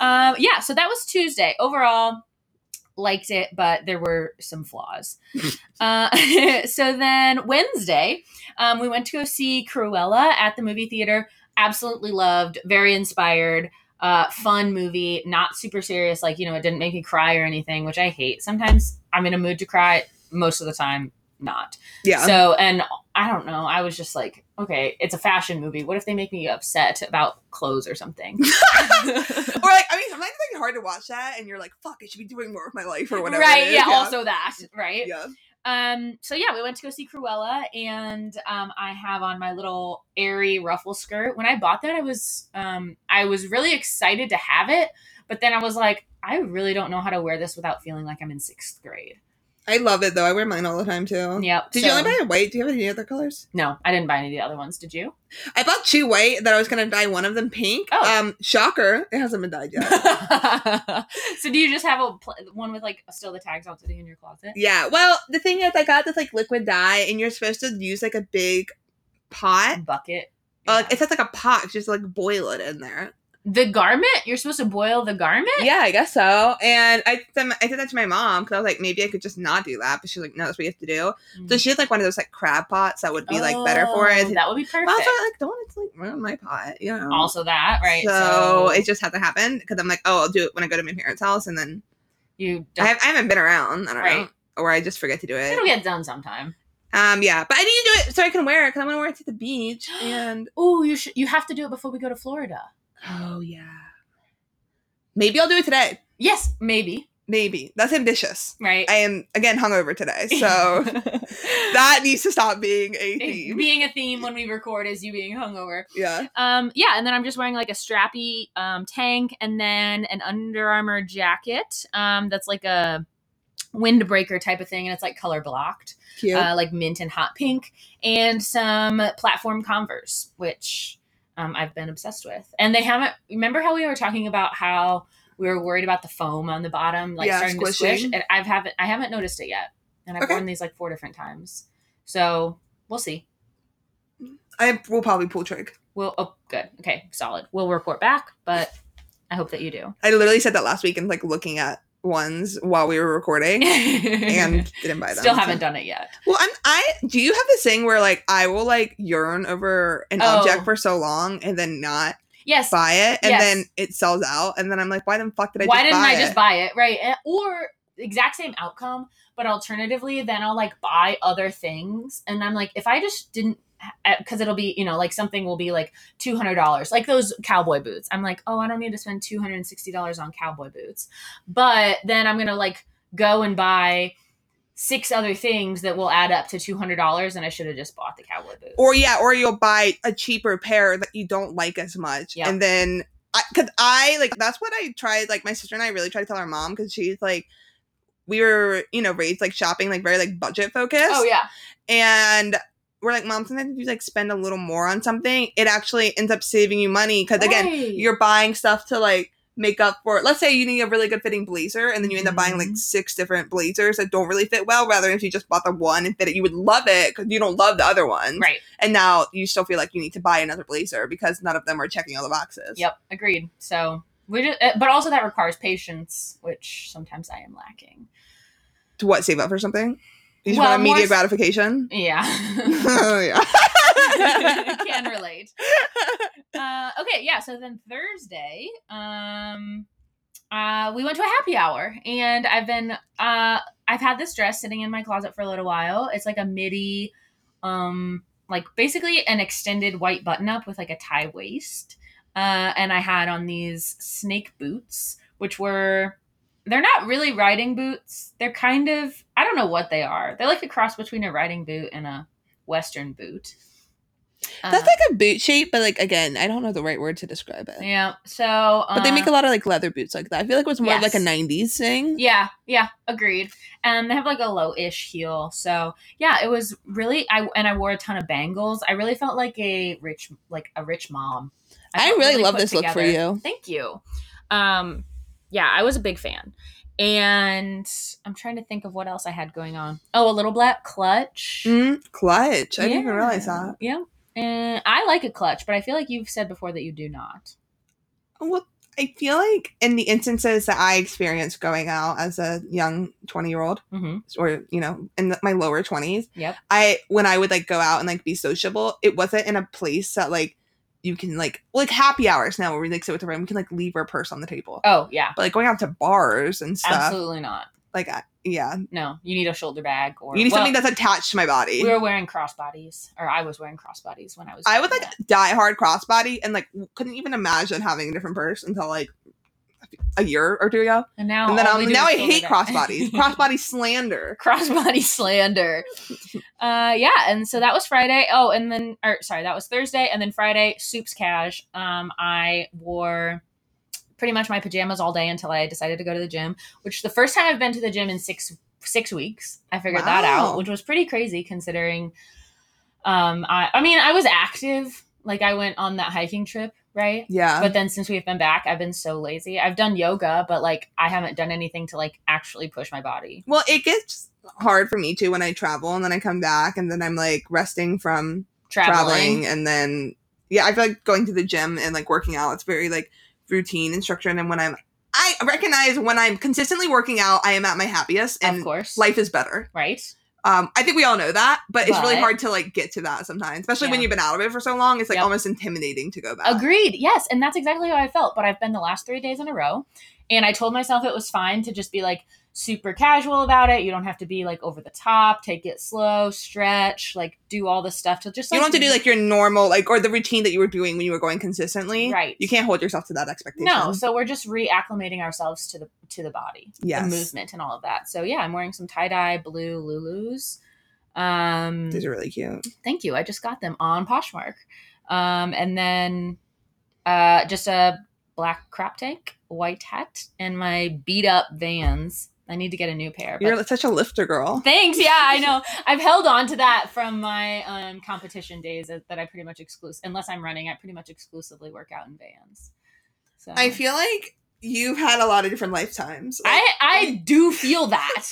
A: Um, yeah. So that was Tuesday. Overall, liked it, but there were some flaws. uh, so then Wednesday, um, we went to go see Cruella at the movie theater. Absolutely loved. Very inspired. Uh, fun movie, not super serious. Like, you know, it didn't make me cry or anything, which I hate. Sometimes I'm in a mood to cry, most of the time, not.
B: Yeah.
A: So, and I don't know. I was just like, okay, it's a fashion movie. What if they make me upset about clothes or something?
B: or like, I mean, sometimes it's like hard to watch that, and you're like, "Fuck, I should be doing more with my life," or whatever.
A: right.
B: it is.
A: Yeah, Also that. Right.
B: Yeah.
A: Um. So yeah, we went to go see Cruella, and um, I have on my little airy ruffle skirt. When I bought that, I was um, I was really excited to have it, but then I was like, I really don't know how to wear this without feeling like I'm in sixth grade.
B: I love it though. I wear mine all the time too.
A: Yep.
B: Oh. Did
A: so-
B: you only buy a white? Do you have any other colors?
A: No, I didn't buy any of the other ones. Did you?
B: I bought two white that I was gonna dye one of them pink.
A: Oh.
B: Um, shocker, it hasn't been dyed yet.
A: so do you just have a pl- one with like still the tags on sitting in your closet?
B: yeah. Well, the thing is, I got this like liquid dye, and you're supposed to use like a big pot.
A: Bucket.
B: Uh,
A: Yeah.
B: it says like a pot, just like boil it in there.
A: the garment. You're supposed to boil the garment.
B: Yeah, I guess so. And I then I did that to my mom because I was like, maybe I could just not do that, but she's like, no, that's what you have to do. So she had like one of those like crab pots that would be like better for
A: Mm. Oh,
B: it.
A: That would be perfect.
B: But also, I like don't want it to like ruin my pot, you know.
A: also that right
B: so, it just had to happen because I'm like, oh, I'll do it when I go to my parents' house, and then
A: you
B: I,
A: don't,
B: have, I haven't been around. I don't know,
A: Right.
B: or I just forget to do
A: it'll
B: it.
A: get done sometime
B: Um, yeah, but I need to do it so I can wear it because I want to wear it to the beach. And
A: oh you should you have to do it before we go to florida
B: oh yeah, maybe I'll do it today.
A: yes maybe
B: Maybe that's ambitious.
A: right
B: I am again hungover today, so that needs to stop being a theme.
A: being a theme when we record is you being hungover
B: Yeah,
A: um yeah and then i'm just wearing like a strappy um tank and then an under armor jacket um that's like a windbreaker type of thing and it's like color blocked
B: cute.
A: uh, like mint and hot pink, and some platform Converse, which um, I've been obsessed with. And they haven't. Remember how we were talking about how we were worried about the foam on the bottom, like
B: Yeah,
A: starting to
B: squishing.
A: squish? And I've haven't. I haven't noticed it yet, and I've
B: Okay.
A: worn these like four different times. So we'll see.
B: I will probably pull trick.
A: We'll. Oh, good. Okay, solid. We'll report back, but I hope that you do.
B: I literally said that last week and like looking at ones while we were recording and didn't buy them.
A: Still haven't done it yet.
B: Well, I'm, I do you have this thing where like I will like yearn over an
A: Oh.
B: object for so long and then not
A: Yes,
B: buy it, and
A: Yes.
B: then it sells out, and then I'm like, why the fuck did I?
A: why
B: just
A: didn't
B: buy
A: I
B: it?
A: just buy it? Right. And- Or exact same outcome, but alternatively, then I'll like buy other things. And I'm like, if I just didn't, because it'll be, you know, like something will be like $200, like those cowboy boots. I'm like, oh, I don't need to spend $260 on cowboy boots. But then I'm going to like go and buy six other things that will add up to $200 and I should have just bought the cowboy boots.
B: Or yeah, or you'll buy a cheaper pair that you don't like as much,
A: Yeah.
B: and then I, cause I like that's what I tried. Like my sister and I really tried to tell our mom because she's like, we were you know raised like shopping like very like budget focused.
A: oh, yeah.
B: and we're like, mom, sometimes if you like spend a little more on something, it actually ends up saving you money because again,
A: Right.
B: you're buying stuff to like make up for let's say you need a really good fitting blazer and then you end up buying like
A: Mhm.
B: six different blazers that don't really fit well rather than if you just bought the one and fit it you would love it because you don't love the other one
A: Right.
B: and now you still feel like you need to buy another blazer because none of them are checking all the boxes
A: Yep. Agreed. So we just, but also that requires patience, which sometimes I am lacking.
B: to what save up for something you just
A: Well,
B: want
A: more
B: immediate
A: s-
B: gratification
A: Yeah.
B: oh yeah
A: Can relate. Uh, okay. Yeah. So then Thursday, um, uh, we went to a happy hour, and I've been uh, I've had this dress sitting in my closet for a little while. It's like a midi, um, like basically an extended white button up with like a tie waist. Uh, and I had on these snake boots, which were they're not really riding boots. They're kind of I don't know what they are. They're like a cross between a riding boot and a western boot.
B: that's like a boot shape but like again i don't know the right word to describe it
A: Um, yeah. So,
B: but they
A: uh,
B: make a lot of like leather boots like that i feel like it was more of like a
A: Yes.
B: 90s Ah. thing
A: Yeah, yeah, agreed. And they have like a low-ish heel, so yeah, it was really. I and I wore a ton of bangles. I really felt like a rich, like a rich mom.
B: I
A: felt
B: really love
A: put
B: this look for you.
A: Thank you. Um, yeah, I was a big fan, and I'm trying to think of what else I had going on. Oh, a little black clutch.
B: Mm, clutch. I didn't even
A: Yeah,
B: realize that.
A: Yeah, and Eh, I like a clutch, but I feel like you've said before that you do not.
B: Well, I feel like in the instances that I experienced going out as a young 20 year old
A: Mm-hmm.
B: or, you know, in my lower 20s,
A: Yep.
B: I, when I would like go out and like be sociable, it wasn't in a place that like you can like, like happy hours now where we like sit with a friend, we can like leave our purse on the table.
A: Oh yeah,
B: But like going out to bars and stuff,
A: absolutely not.
B: like, I, yeah,
A: No, you need a shoulder bag or
B: you need
A: well-
B: something that's attached to my body.
A: We were wearing crossbodies, or I was wearing crossbodies when I was.
B: I was
A: doing
B: like die hard crossbody and like couldn't even imagine having a different purse until like a year or two ago.
A: that. and now
B: and then
A: all
B: um,
A: we do
B: now
A: is
B: I
A: shoulder
B: hate
A: bag.
B: crossbodies. crossbody slander.
A: crossbody slander. Uh, yeah, and so that was Friday. Oh, and then or sorry, that was Thursday, and then Friday soups cash. Um, I wore pretty much my pajamas all day until I decided to go to the gym, which the first time I've been to the gym in six six weeks. I figured that
B: Wow.
A: out, which was pretty crazy considering. Um, I I mean I was active. Like I went on that hiking trip, right?
B: Yeah.
A: but then since we've been back i've been so lazy i've done yoga but like i haven't done anything to like actually push my body
B: well, it gets hard for me too when I travel and then I come back and then I'm like resting from traveling,
A: traveling,
B: and then yeah, I feel like going to the gym and like working out. It's very like routine and structured. And then when I'm, I recognize when I'm consistently working out, I am at my happiest
A: of
B: and
A: course
B: life is better.
A: right
B: Um, I think we all know that, but it's really
A: But-
B: hard to like get to that sometimes, especially when
A: Yeah.
B: you've been out of it for so long. It's like
A: Yep.
B: almost intimidating to go back.
A: agreed yes and that's exactly how i felt but i've been the last three days in a row and i told myself it was fine to just be like super casual about it you don't have to be like over the top take it slow stretch like do all this stuff to just
B: you don't have to do like your normal like or the routine that you were doing when you were going consistently
A: Right.
B: you can't hold yourself to that expectation
A: no so we're just reacclimating ourselves to the to the body
B: Yes.
A: the movement and all of that so yeah i'm wearing some tie-dye blue lulus um
B: these are really cute
A: thank you. I just got them on Poshmark. Um, and then uh, just a black crop tank, white hat, and my beat up vans. I need to get a new pair. but-
B: you're such a lifter girl
A: Thanks. Yeah, I know. I've held on to that from my um, competition days that that I pretty much exclusive, unless I'm running, I pretty much exclusively work out in vans. So
B: i feel like you've had a lot of different lifetimes Like,
A: I I do feel that.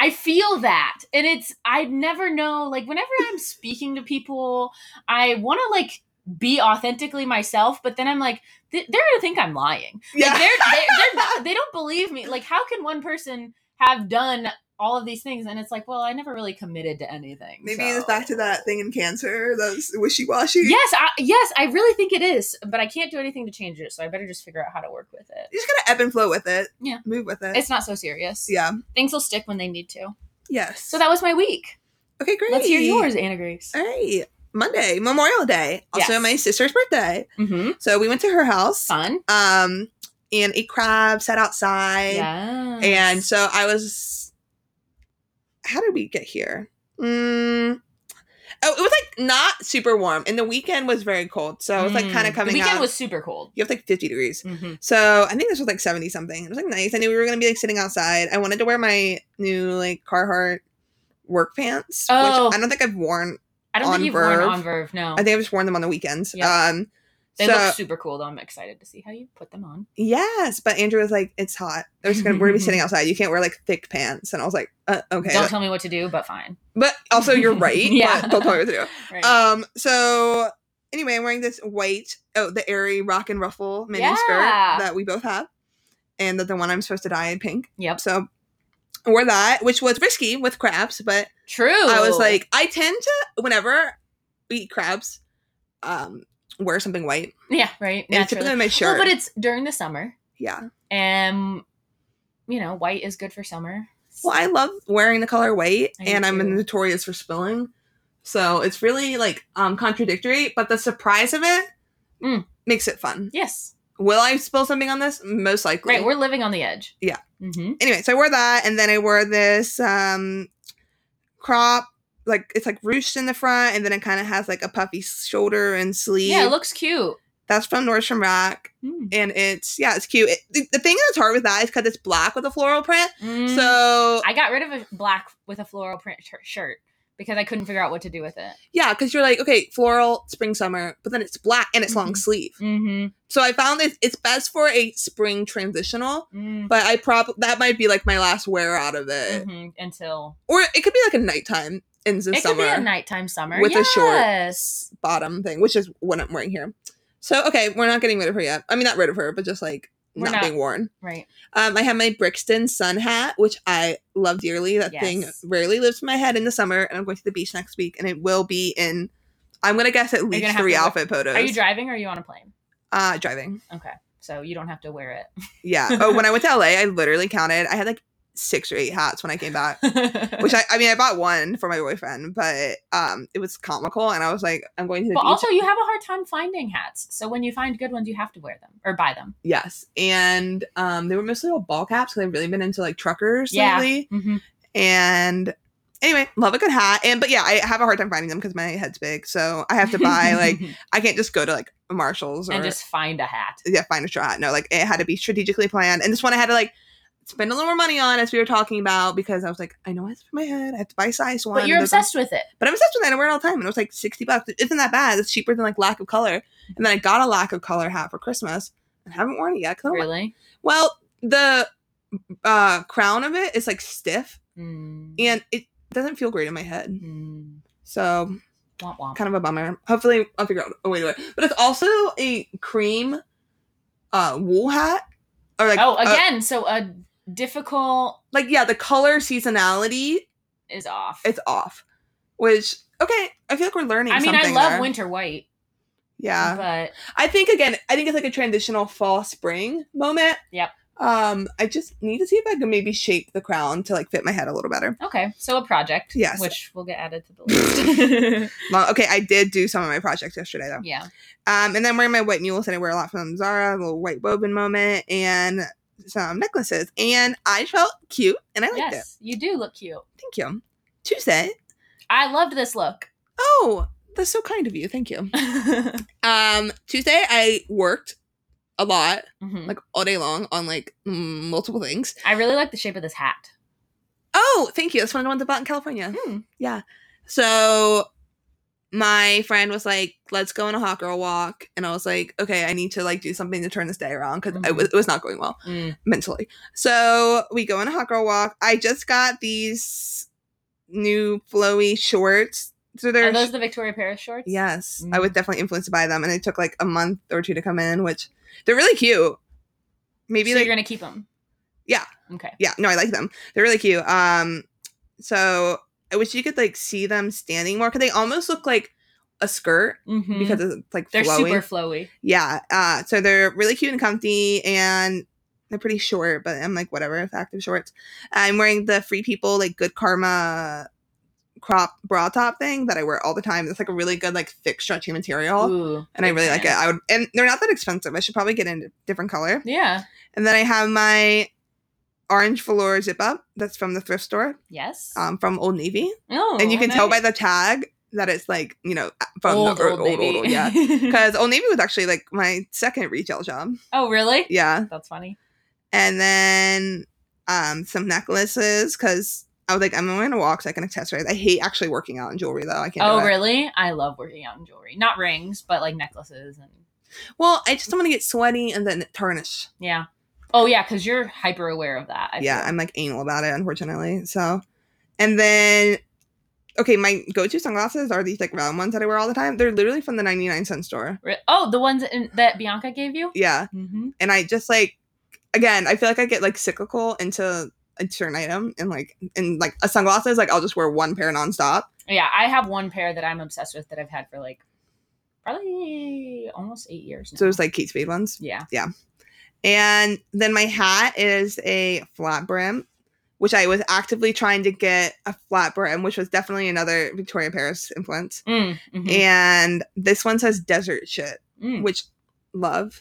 A: I feel that. And it's I never know like whenever I'm speaking to people, I want to like be authentically myself, but then I'm like th- they're going to think I'm lying.
B: yeah
A: Like, they're, they're, they're not, they don't believe me. Like how can one person have done all of these things and it's like, well, I never really committed to anything.
B: maybe
A: so.
B: it's back to that thing in cancer those wishy-washy
A: Yes, I, yes, I really think it is, but I can't do anything to change it, so I better just figure out how to work with it.
B: you just gotta ebb and flow with it
A: Yeah.
B: move with it
A: It's not so serious.
B: yeah
A: Things will stick when they need to.
B: yes
A: So that was my week.
B: okay great
A: Let's hear yours, Anna Grace.
B: all right monday memorial day also
A: Yes.
B: my sister's birthday
A: Mm-hmm.
B: so we went to her house
A: Fun.
B: um and ate crab sat outside
A: Yeah.
B: And so I was. How did we get here? Mm, oh, it was like not super warm, and the weekend was very cold, so it was like kind of coming
A: Mm. The weekend
B: out.
A: was super cold. Mm-hmm.
B: you have like 50 degrees. So I think this was like 70 something. It was like nice. I knew we were gonna be like sitting outside. I wanted to wear my new like Carhartt work pants,
A: Oh.
B: which I don't think I've worn.
A: I don't
B: On
A: think you've worn
B: Verve.
A: on Verve. No.
B: I think I've just worn them on the weekends.
A: Yeah.
B: Um,
A: They
B: So-
A: look super cool though. I'm excited to see how you put them on.
B: Yes, but Andrew was like, "It's hot. They're just gonna, we're gonna be sitting outside. You can't wear like thick pants." And I was like, uh, "Okay."
A: Don't tell me what to do, but fine.
B: but also, you're right.
A: Yeah.
B: But don't tell me what to do.
A: Right.
B: Um. So anyway, I'm wearing this white, oh, the airy rock and ruffle mini skirt
A: Yeah.
B: that we both have, and that the one I'm supposed to dye in pink.
A: yep.
B: So I wore that, which was risky with crabs, but
A: True.
B: I was like, I tend to whenever we eat crabs, um, wear something white.
A: yeah, right.
B: And typically
A: Naturally.
B: my
A: Well,
B: shirt.
A: but it's during the summer,
B: yeah.
A: and you know, white is good for summer.
B: Well, I love wearing the color white,
A: I do
B: and I'm
A: too.
B: notorious for spilling, so it's really like um contradictory. But the surprise of it
A: Mm.
B: makes it fun.
A: Yes.
B: Will I spill something on this? Most likely.
A: Right. We're living on the edge.
B: Yeah.
A: Mm-hmm.
B: anyway, so I wore that, and then I wore this um crop. Like it's like ruched in the front, and then it kind of has like a puffy shoulder and sleeve.
A: Yeah, it looks cute.
B: that's from Nordstrom Rack,
A: Mm.
B: and it's yeah, it's cute. It, the, the thing that's hard with that is because it's black with a floral print.
A: Mm.
B: So
A: I got rid of a black with a floral print shir- shirt because I couldn't figure out what to do with it.
B: yeah, because you're like okay, floral spring summer, but then it's black and it's long
A: Mhm.
B: sleeve.
A: Mm-hmm.
B: So I found it, it's best for a spring transitional,
A: Mm.
B: but I prob that might be like my last wear out of it,
A: hmm Until
B: or it could be like a nighttime in the
A: it
B: summer
A: could be a nighttime summer
B: With a short.
A: Yes.
B: bottom thing, which is what I'm wearing here. So okay, we're not getting rid of her yet. I mean, not rid of her, but just like
A: We're
B: not,
A: not-
B: being worn.
A: Right.
B: Um, I have my Brixton sun hat, which I love dearly. That thing
A: Yes.
B: rarely lifts my head in the summer, and I'm going to the beach next week, and it will be in. I'm gonna guess at
A: gonna
B: least
A: have
B: three
A: to wear-
B: outfit photos.
A: Are you driving or are you on a plane?
B: uh, driving.
A: Okay. So you don't have to wear
B: Yeah. Oh, when I went to LA, I literally counted. I had like six or eight hats when I came back.
A: it.
B: Which I, I mean, I bought one for my boyfriend, but um, it was comical, and I was like, I'm going to the
A: But
B: beach.
A: also, you have a hard time finding hats. So when you find good ones, you have to wear them or buy them.
B: yes, and um, they were mostly all ball caps because I've really been into like truckers
A: Yeah.
B: lately.
A: Mm-hmm.
B: And anyway, love a good hat, and but yeah, I have a hard time finding them because my head's big, so I have to buy like I can't just go to like Marshalls or
A: and just find a hat.
B: yeah, find a straw hat. No, like it had to be strategically planned, and this one I had to like. Spend a little more money on as we were talking about because I was like, I know I have to put my head, I have to buy a size one.
A: But you're
B: There's a-
A: obsessed with it.
B: But I'm obsessed with that. I wear it all the time. And it was like 60 bucks. It isn't that bad. It's cheaper than like lack of color. And then I got a lack of color hat for Christmas and haven't worn it yet. 'cause I don't-
A: Really?
B: Well, the uh, crown of it is like stiff
A: Mm.
B: and it doesn't feel great in my head.
A: Mm.
B: So
A: Womp womp.
B: kind of a bummer. Hopefully I'll figure out a way to wear it. But it's also a cream uh, wool hat. Or like,
A: oh,
B: uh,
A: again. so a difficult
B: like, yeah, the color seasonality,
A: is off.
B: it's off. Which, okay, I feel like we're learning
A: I mean, I
B: something
A: love
B: there.
A: winter white,
B: Yeah.
A: but
B: I think again, I think it's like a transitional fall spring moment.
A: Yep.
B: Um, I just need to see if I can maybe shape the crown to like fit my head a little better.
A: okay. So a project,
B: Yes.
A: which will get added to the list.
B: Well, okay, I did do some of my projects yesterday though.
A: yeah.
B: Um, and then wearing my white mules that I wear a lot from Zara, a little white woven moment, and some necklaces. And I felt cute and I liked it.
A: Yes, you do look cute.
B: Thank you. Tuesday.
A: I loved this look.
B: Oh, that's so kind of you. Thank you.
A: Mhm.
B: Um, Tuesday I worked a lot, like all day long on like mm, multiple things.
A: I really like the shape of this hat.
B: Oh, thank you. That's one of the ones I bought in California.
A: Hmm.
B: So my friend was like, "Let's go on a hot girl walk," and I was like, "Okay, I need to like do something to turn this day around because
A: Mhm.
B: was, it was not going well
A: Mm.
B: mentally." So we go on a hot girl walk. I just got these new flowy shorts. So they're
A: Are those the Victoria Paris shorts?
B: yes,
A: Mm.
B: I was definitely influenced by them, and it took like a month or two to come in, which they're really cute. Maybe
A: so
B: like
A: you're gonna keep them.
B: Yeah.
A: Okay.
B: yeah, no, I like them. They're really cute. Um, so I wish you could like see them standing more because they almost look like a skirt
A: Mhm.
B: because it's like
A: they're
B: flowing.
A: super flowy.
B: yeah. Uh, so they're really cute and comfy, and they're pretty short. But I'm like whatever, it's active shorts. I'm wearing the Free People like Good Karma crop bra top thing that I wear all the time. It's like a really good like thick stretchy material,
A: Ooh,
B: and I
A: big
B: really like it.
A: fan.
B: I would, and they're not that expensive. I should probably get in a different color.
A: Yeah.
B: And then I have my orange velour zip up that's from the thrift store
A: Yes.
B: um, from Old Navy.
A: oh,
B: and you can tell by
A: nice.
B: the tag that it's like, you know, from the or- old, old, old,
A: Navy.
B: yeah. Because Old Navy was actually like my second retail job.
A: oh, really?
B: Yeah.
A: That's funny.
B: And then um, some necklaces because I was like, I'm going to walk so I can accessorize. I hate actually working out in jewelry though. I can't.
A: oh,
B: do it.
A: really? I love working out in jewelry. Not rings, but like necklaces and
B: Well, I just don't want to get sweaty and then tarnish.
A: Yeah. Oh yeah, because you're hyper aware of that. I
B: yeah,
A: feel.
B: I'm like anal about it, unfortunately. So, and then, okay, my go-to sunglasses are these like round ones that I wear all the time. They're literally from the 99 cent store.
A: Re- Oh, the ones in, that Bianca gave you.
B: Yeah,
A: Mm-hmm.
B: and I just like, again, I feel like I get like cyclical into a certain item, and like, and like a sunglasses, like I'll just wear one pair nonstop.
A: Yeah, I have one pair that I'm obsessed with that I've had for like probably almost eight years. Now.
B: So it's like Kate Spade ones.
A: yeah,
B: And then my hat is a flat brim, which I was actively trying to get a flat brim, which was definitely another Victoria Paris influence.
A: mm, mhm,
B: And this one says desert shit,
A: mm,
B: which love.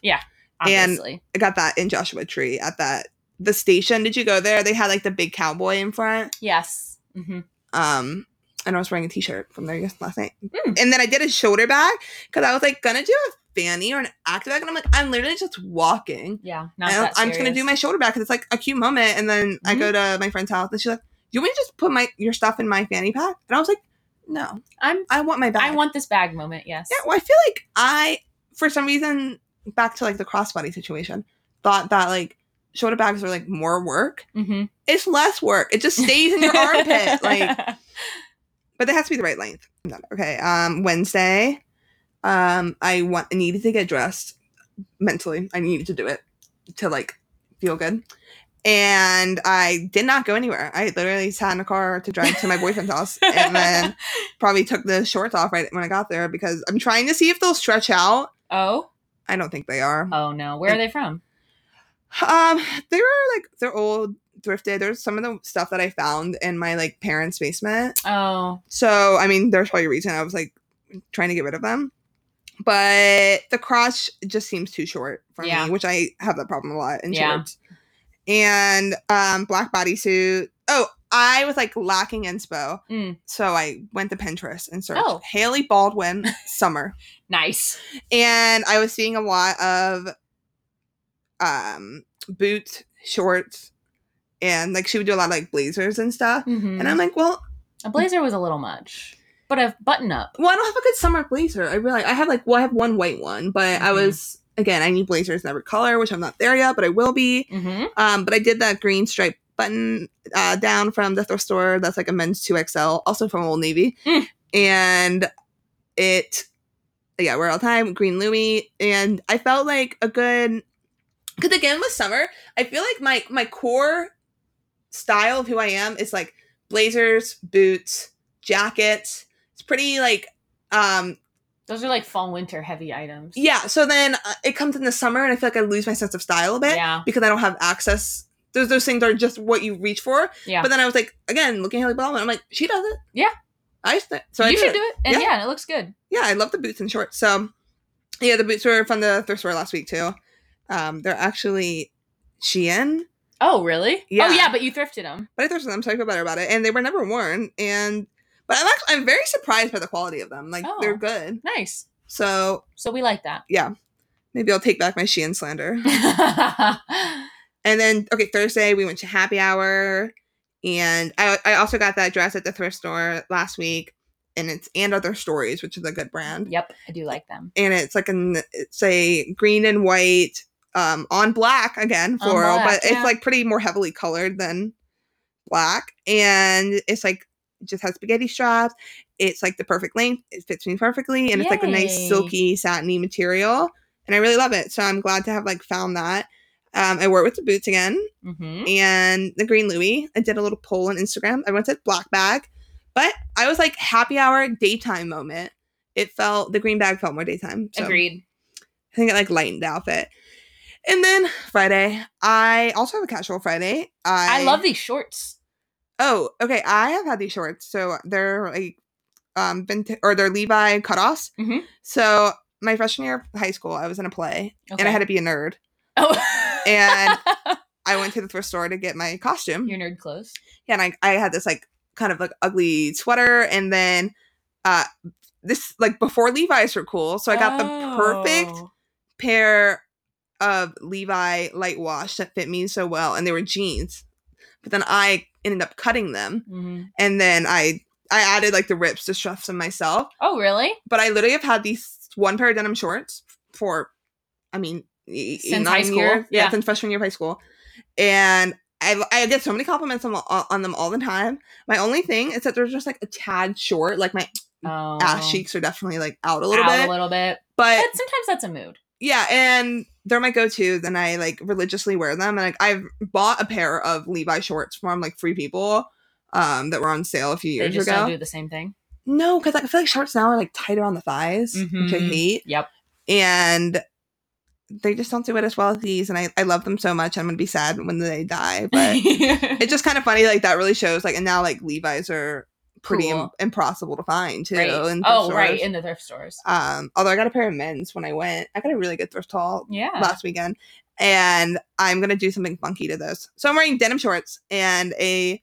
A: obviously.
B: I got that in Joshua Tree at that the station. Did you go there? They had like the big cowboy in front.
A: yes. hmm
B: Um and I was wearing a t-shirt from there yes- last night.
A: Mm.
B: And then I did a shoulder bag because I was like gonna do a fanny or an active bag. And I'm like, I'm literally just walking.
A: Yeah, not
B: I don't-
A: that
B: I'm just
A: serious.
B: gonna
A: Mm-hmm.
B: do my shoulder back because it's like a cute moment. And then I go to my friend's house and she's like, "You want me to just put my your stuff in my fanny pack?" And I was like, "No,
A: I'm.
B: I want my bag.
A: I want this bag moment. Yes.
B: Yeah, well, I feel like I, for some reason, back to like the crossbody situation, thought that like shoulder bags are like more work.
A: Mm-hmm.
B: It's less work. It just stays in your armpit. Like, but it has to be the right length. No, Okay. Um, Wednesday, um, I want I needed to get dressed mentally. I needed to do it to like feel good. And I did not go anywhere. I literally sat in a car to drive to my boyfriend's house and then probably took the shorts off right when I got there because I'm trying to see if they'll stretch out.
A: oh,
B: I don't think they are.
A: oh no. Where are they from?
B: Um, they were like they're old, thrifted. There's some of the stuff that I found in my like parents' basement.
A: Oh,
B: So I mean, there's probably a reason I was like trying to get rid of them. But the crotch just seems too short for
A: Yeah.
B: me, which I have that problem a lot in
A: Yeah.
B: shorts. And um black bodysuit. Oh, I was like lacking inspo.
A: Mm.
B: So I went to Pinterest and searched
A: Oh.
B: Haley Baldwin summer.
A: nice.
B: And I was seeing a lot of um boots, shorts, and like she would do a lot of like blazers and stuff.
A: Mm-hmm.
B: And I'm like, well,
A: a blazer was a little much, but a button up.
B: Well, I don't have a good summer blazer. I realize I have like well, I have one white one, but I
A: Mhm.
B: was again I need blazers in every color, which I'm not there yet, but I will be.
A: Mm-hmm.
B: Um, but I did that green stripe button uh, down from the thrift store. That's like a men's two XL, also from Old Navy,
A: Mm.
B: and it yeah we're all the time green Louis, and I felt like a good because again with summer, I feel like my my core style of who I am is like blazers, boots, jackets. It's pretty like um
A: Those are like fall winter heavy items.
B: yeah. So then uh, it comes in the summer, and I feel like I lose my sense of style a bit
A: Yeah.
B: because I don't have access. Those those things are just what you reach for.
A: Yeah.
B: But then I was like, again, looking at Haley Baldwin, I'm like, she does it.
A: Yeah.
B: I just so I
A: you
B: did
A: should
B: it.
A: do it. And
B: Yeah.
A: yeah. it looks good.
B: Yeah, I love the boots and shorts. So yeah, the boots were from the thrift store last week too. Um, they're actually Shein,
A: Oh, really?
B: Yeah.
A: Oh, yeah, but you thrifted them.
B: but I thrifted them, so I feel better about it. And they were never worn. And but I'm actually I'm very surprised by the quality of them. Like
A: Oh.
B: they're good.
A: Nice.
B: So
A: So we like that.
B: maybe I'll take back my Shein slander. And then okay, Thursday we went to happy hour, and I I also got that dress at the thrift store last week, and it's and other stories, which is a good brand,
A: yep, I do like them.
B: and it's like an it's a green and white, um, on black again
A: On
B: floral,
A: black,
B: but
A: yeah.
B: it's like pretty more heavily colored than black, and it's like just has spaghetti straps. It's like the perfect length. It fits me perfectly, and it's like a nice
A: Yay.
B: silky satiny material, and I really love it. So I'm glad to have like found that. Um, I wore it with the boots again
A: Mm-hmm.
B: and the green louis i did a little poll on instagram everyone said black bag but i was like happy hour daytime moment it felt the green bag felt more daytime so
A: Agreed.
B: i think it like lightened the outfit and then friday i also have a casual friday i
A: I, love these shorts.
B: oh okay i have had these shorts so they're like um vintage or they're levi cutoffs
A: Mhm.
B: so my freshman year of high school i was in a play
A: Okay.
B: and i had to be a nerd
A: oh.
B: and i went to the thrift store to get my costume
A: your nerd clothes.
B: yeah, and I, I had this like kind of like ugly sweater and then uh this like before Levi's were cool, so I got the perfect
A: Oh.
B: pair of Levi light wash that fit me so well and they were jeans. But then I ended up cutting them
A: Mhm.
B: and then I I added like the rips to stuff them myself.
A: Oh, really?
B: But I literally have had these one pair of denim shorts for I mean, y- y-
A: Since
B: not
A: high
B: in
A: school?
B: year- yeah,
A: Yeah.
B: since freshman year of high school, and I I get so many compliments on, on them all the time. My only thing is that they're just like a tad short. Like my
A: Oh,
B: ass cheeks are definitely like out Ah, a little
A: out
B: bit, Eh.
A: a little bit.
B: but
A: But sometimes that's a mood.
B: yeah, and they're my go-tos, and I like religiously wear them. And like I've bought a pair of Levi shorts from like Free People, um, that were on sale a few
A: They
B: years
A: just
B: ago.
A: don't do the same thing.
B: no, because I feel like shorts now are like tighter on the thighs, which I
A: Mhm.
B: hate,
A: Yep.
B: and they just don't do it as well as these. And I I love them so much. I'm gonna be sad when they die, but it's just kind of funny. Like that really shows. Like and now like Levi's are pretty im-
A: Cool.
B: impossible to find too.
A: Right.
B: in thrift
A: Oh, right,
B: stores.
A: in the thrift stores.
B: um, although I got a pair of men's when I went. I got a really good thrift haul
A: Yeah.
B: last weekend and I'm gonna do something funky to this. So I'm wearing denim shorts and a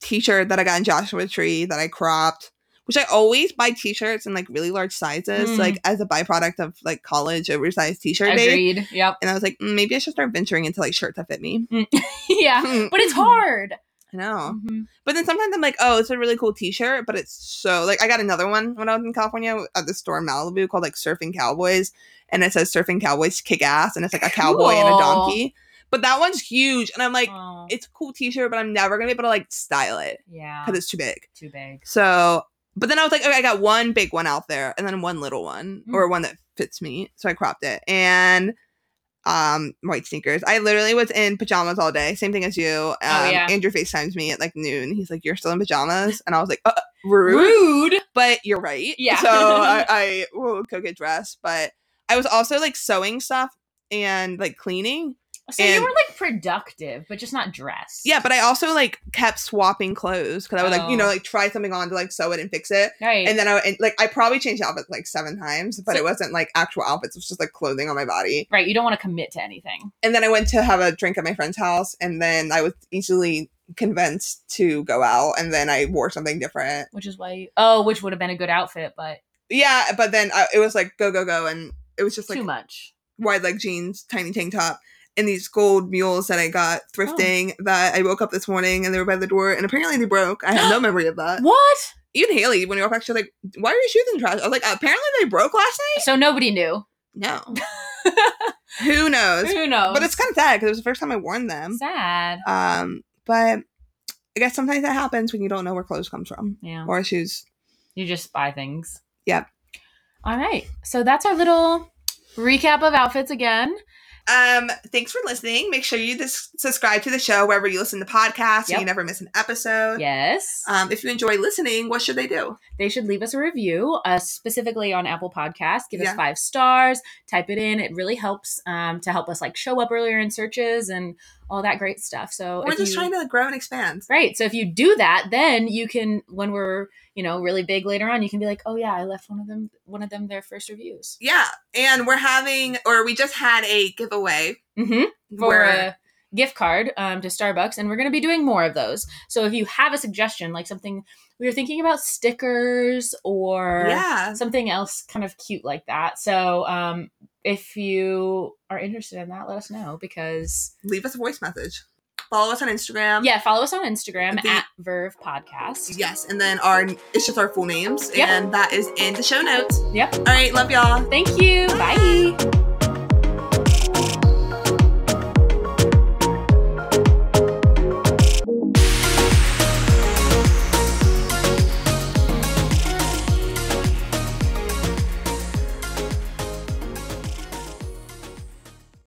B: t-shirt that I got in Joshua Tree that I cropped, which I always buy t-shirts in like really large sizes,
A: Mm.
B: like as a byproduct of like college oversized t-shirt day.
A: Agreed. Yep.
B: And I was like, mm, maybe I should start venturing into like shirts that fit me.
A: yeah. But it's hard.
B: I know.
A: Mhm.
B: But then sometimes I'm like, oh, it's a really cool t-shirt, but it's so like I got another one when I was in California at the store in Malibu called like Surfing Cowboys, and it says Surfing Cowboys Kick Ass, and it's like a cowboy and a
A: Cool.
B: donkey. But that one's huge, and I'm like,
A: Oh,
B: it's a cool t-shirt, but I'm never gonna be able to like style it
A: yeah.
B: because it's too big.
A: Too big.
B: So, but then I was like, okay, I got one big one out there, and then one little one,
A: Mm.
B: or one that fits me. So I cropped it and um white sneakers. I literally was in pajamas all day. Same thing as you. Um,
A: Oh, yeah.
B: Andrew Facetimes me at like noon. He's like, "You're still in pajamas," and I was like, uh, "Rude,"
A: Rude.
B: but you're right.
A: Yeah.
B: So I, I will go get dressed, but I was also like sewing stuff and like cleaning.
A: So you
B: And-
A: were like productive, but just not dressed.
B: Yeah, but I also like kept swapping clothes because I would like you
A: Oh.
B: know like try something on to like sew it and fix it.
A: Right.
B: And then I and, like I probably changed outfits like seven times, but
A: So-
B: it wasn't like actual outfits. It was just like clothing on my body.
A: right. You don't want to commit to anything.
B: And then I went to have a drink at my friend's house, and then I was easily convinced to go out, and then I wore something different.
A: Which is why you, oh, which would have been a good outfit, but
B: Yeah, but then I, it was like go go go, and it was just like
A: too much.
B: wide leg jeans, tiny tank top, and these gold mules that I got thrifting.
A: Oh.
B: That I woke up this morning and they were by the door, and apparently they broke. I have no memory of that.
A: What?
B: Even Haley, when we walked back, she was like, "Why are your shoes in the trash?" I was like, "Apparently they broke last night."
A: So nobody knew.
B: No. Who knows?
A: Who knows?
B: But it's kind of sad because it was the first time I worn them.
A: sad.
B: Um, but I guess sometimes that happens when you don't know where clothes comes from
A: Yeah.
B: or shoes.
A: You just buy things.
B: Yep.
A: All right. So that's our little recap of outfits again.
B: Um, thanks for listening. Make sure you dis- subscribe to the show wherever you listen to podcasts so
A: Yep.
B: you never miss an episode.
A: Yes.
B: Um, if you enjoy listening, what should they do?
A: they should leave us a review, uh, specifically on Apple Podcasts. Give
B: Yeah.
A: us five stars. Type it in. It really helps um, to help us like show up earlier in searches and all that great stuff. So
B: We're
A: if
B: just
A: you-
B: trying to grow and expand.
A: Right. So if you do that, then you can, when we're you know really big later on, you can be like, oh yeah, I left one of them, one of them their first reviews.
B: Yeah, and we're having, or we just had a giveaway
A: hmm for
B: where
A: a gift card um, to Starbucks, and we're going to be doing more of those. So if you have a suggestion, like something we were thinking about stickers or
B: yeah,
A: something else kind of cute like that. So um, if you are interested in that, let us know because
B: leave us a voice message. Follow us on Instagram.
A: yeah, follow us on Instagram
B: Um, The-
A: at Verve Podcast.
B: Yes, and then our it's just our full names,
A: Yep.
B: and that is in the show notes.
A: Yep.
B: All right, love y'all.
A: Thank you. Bye.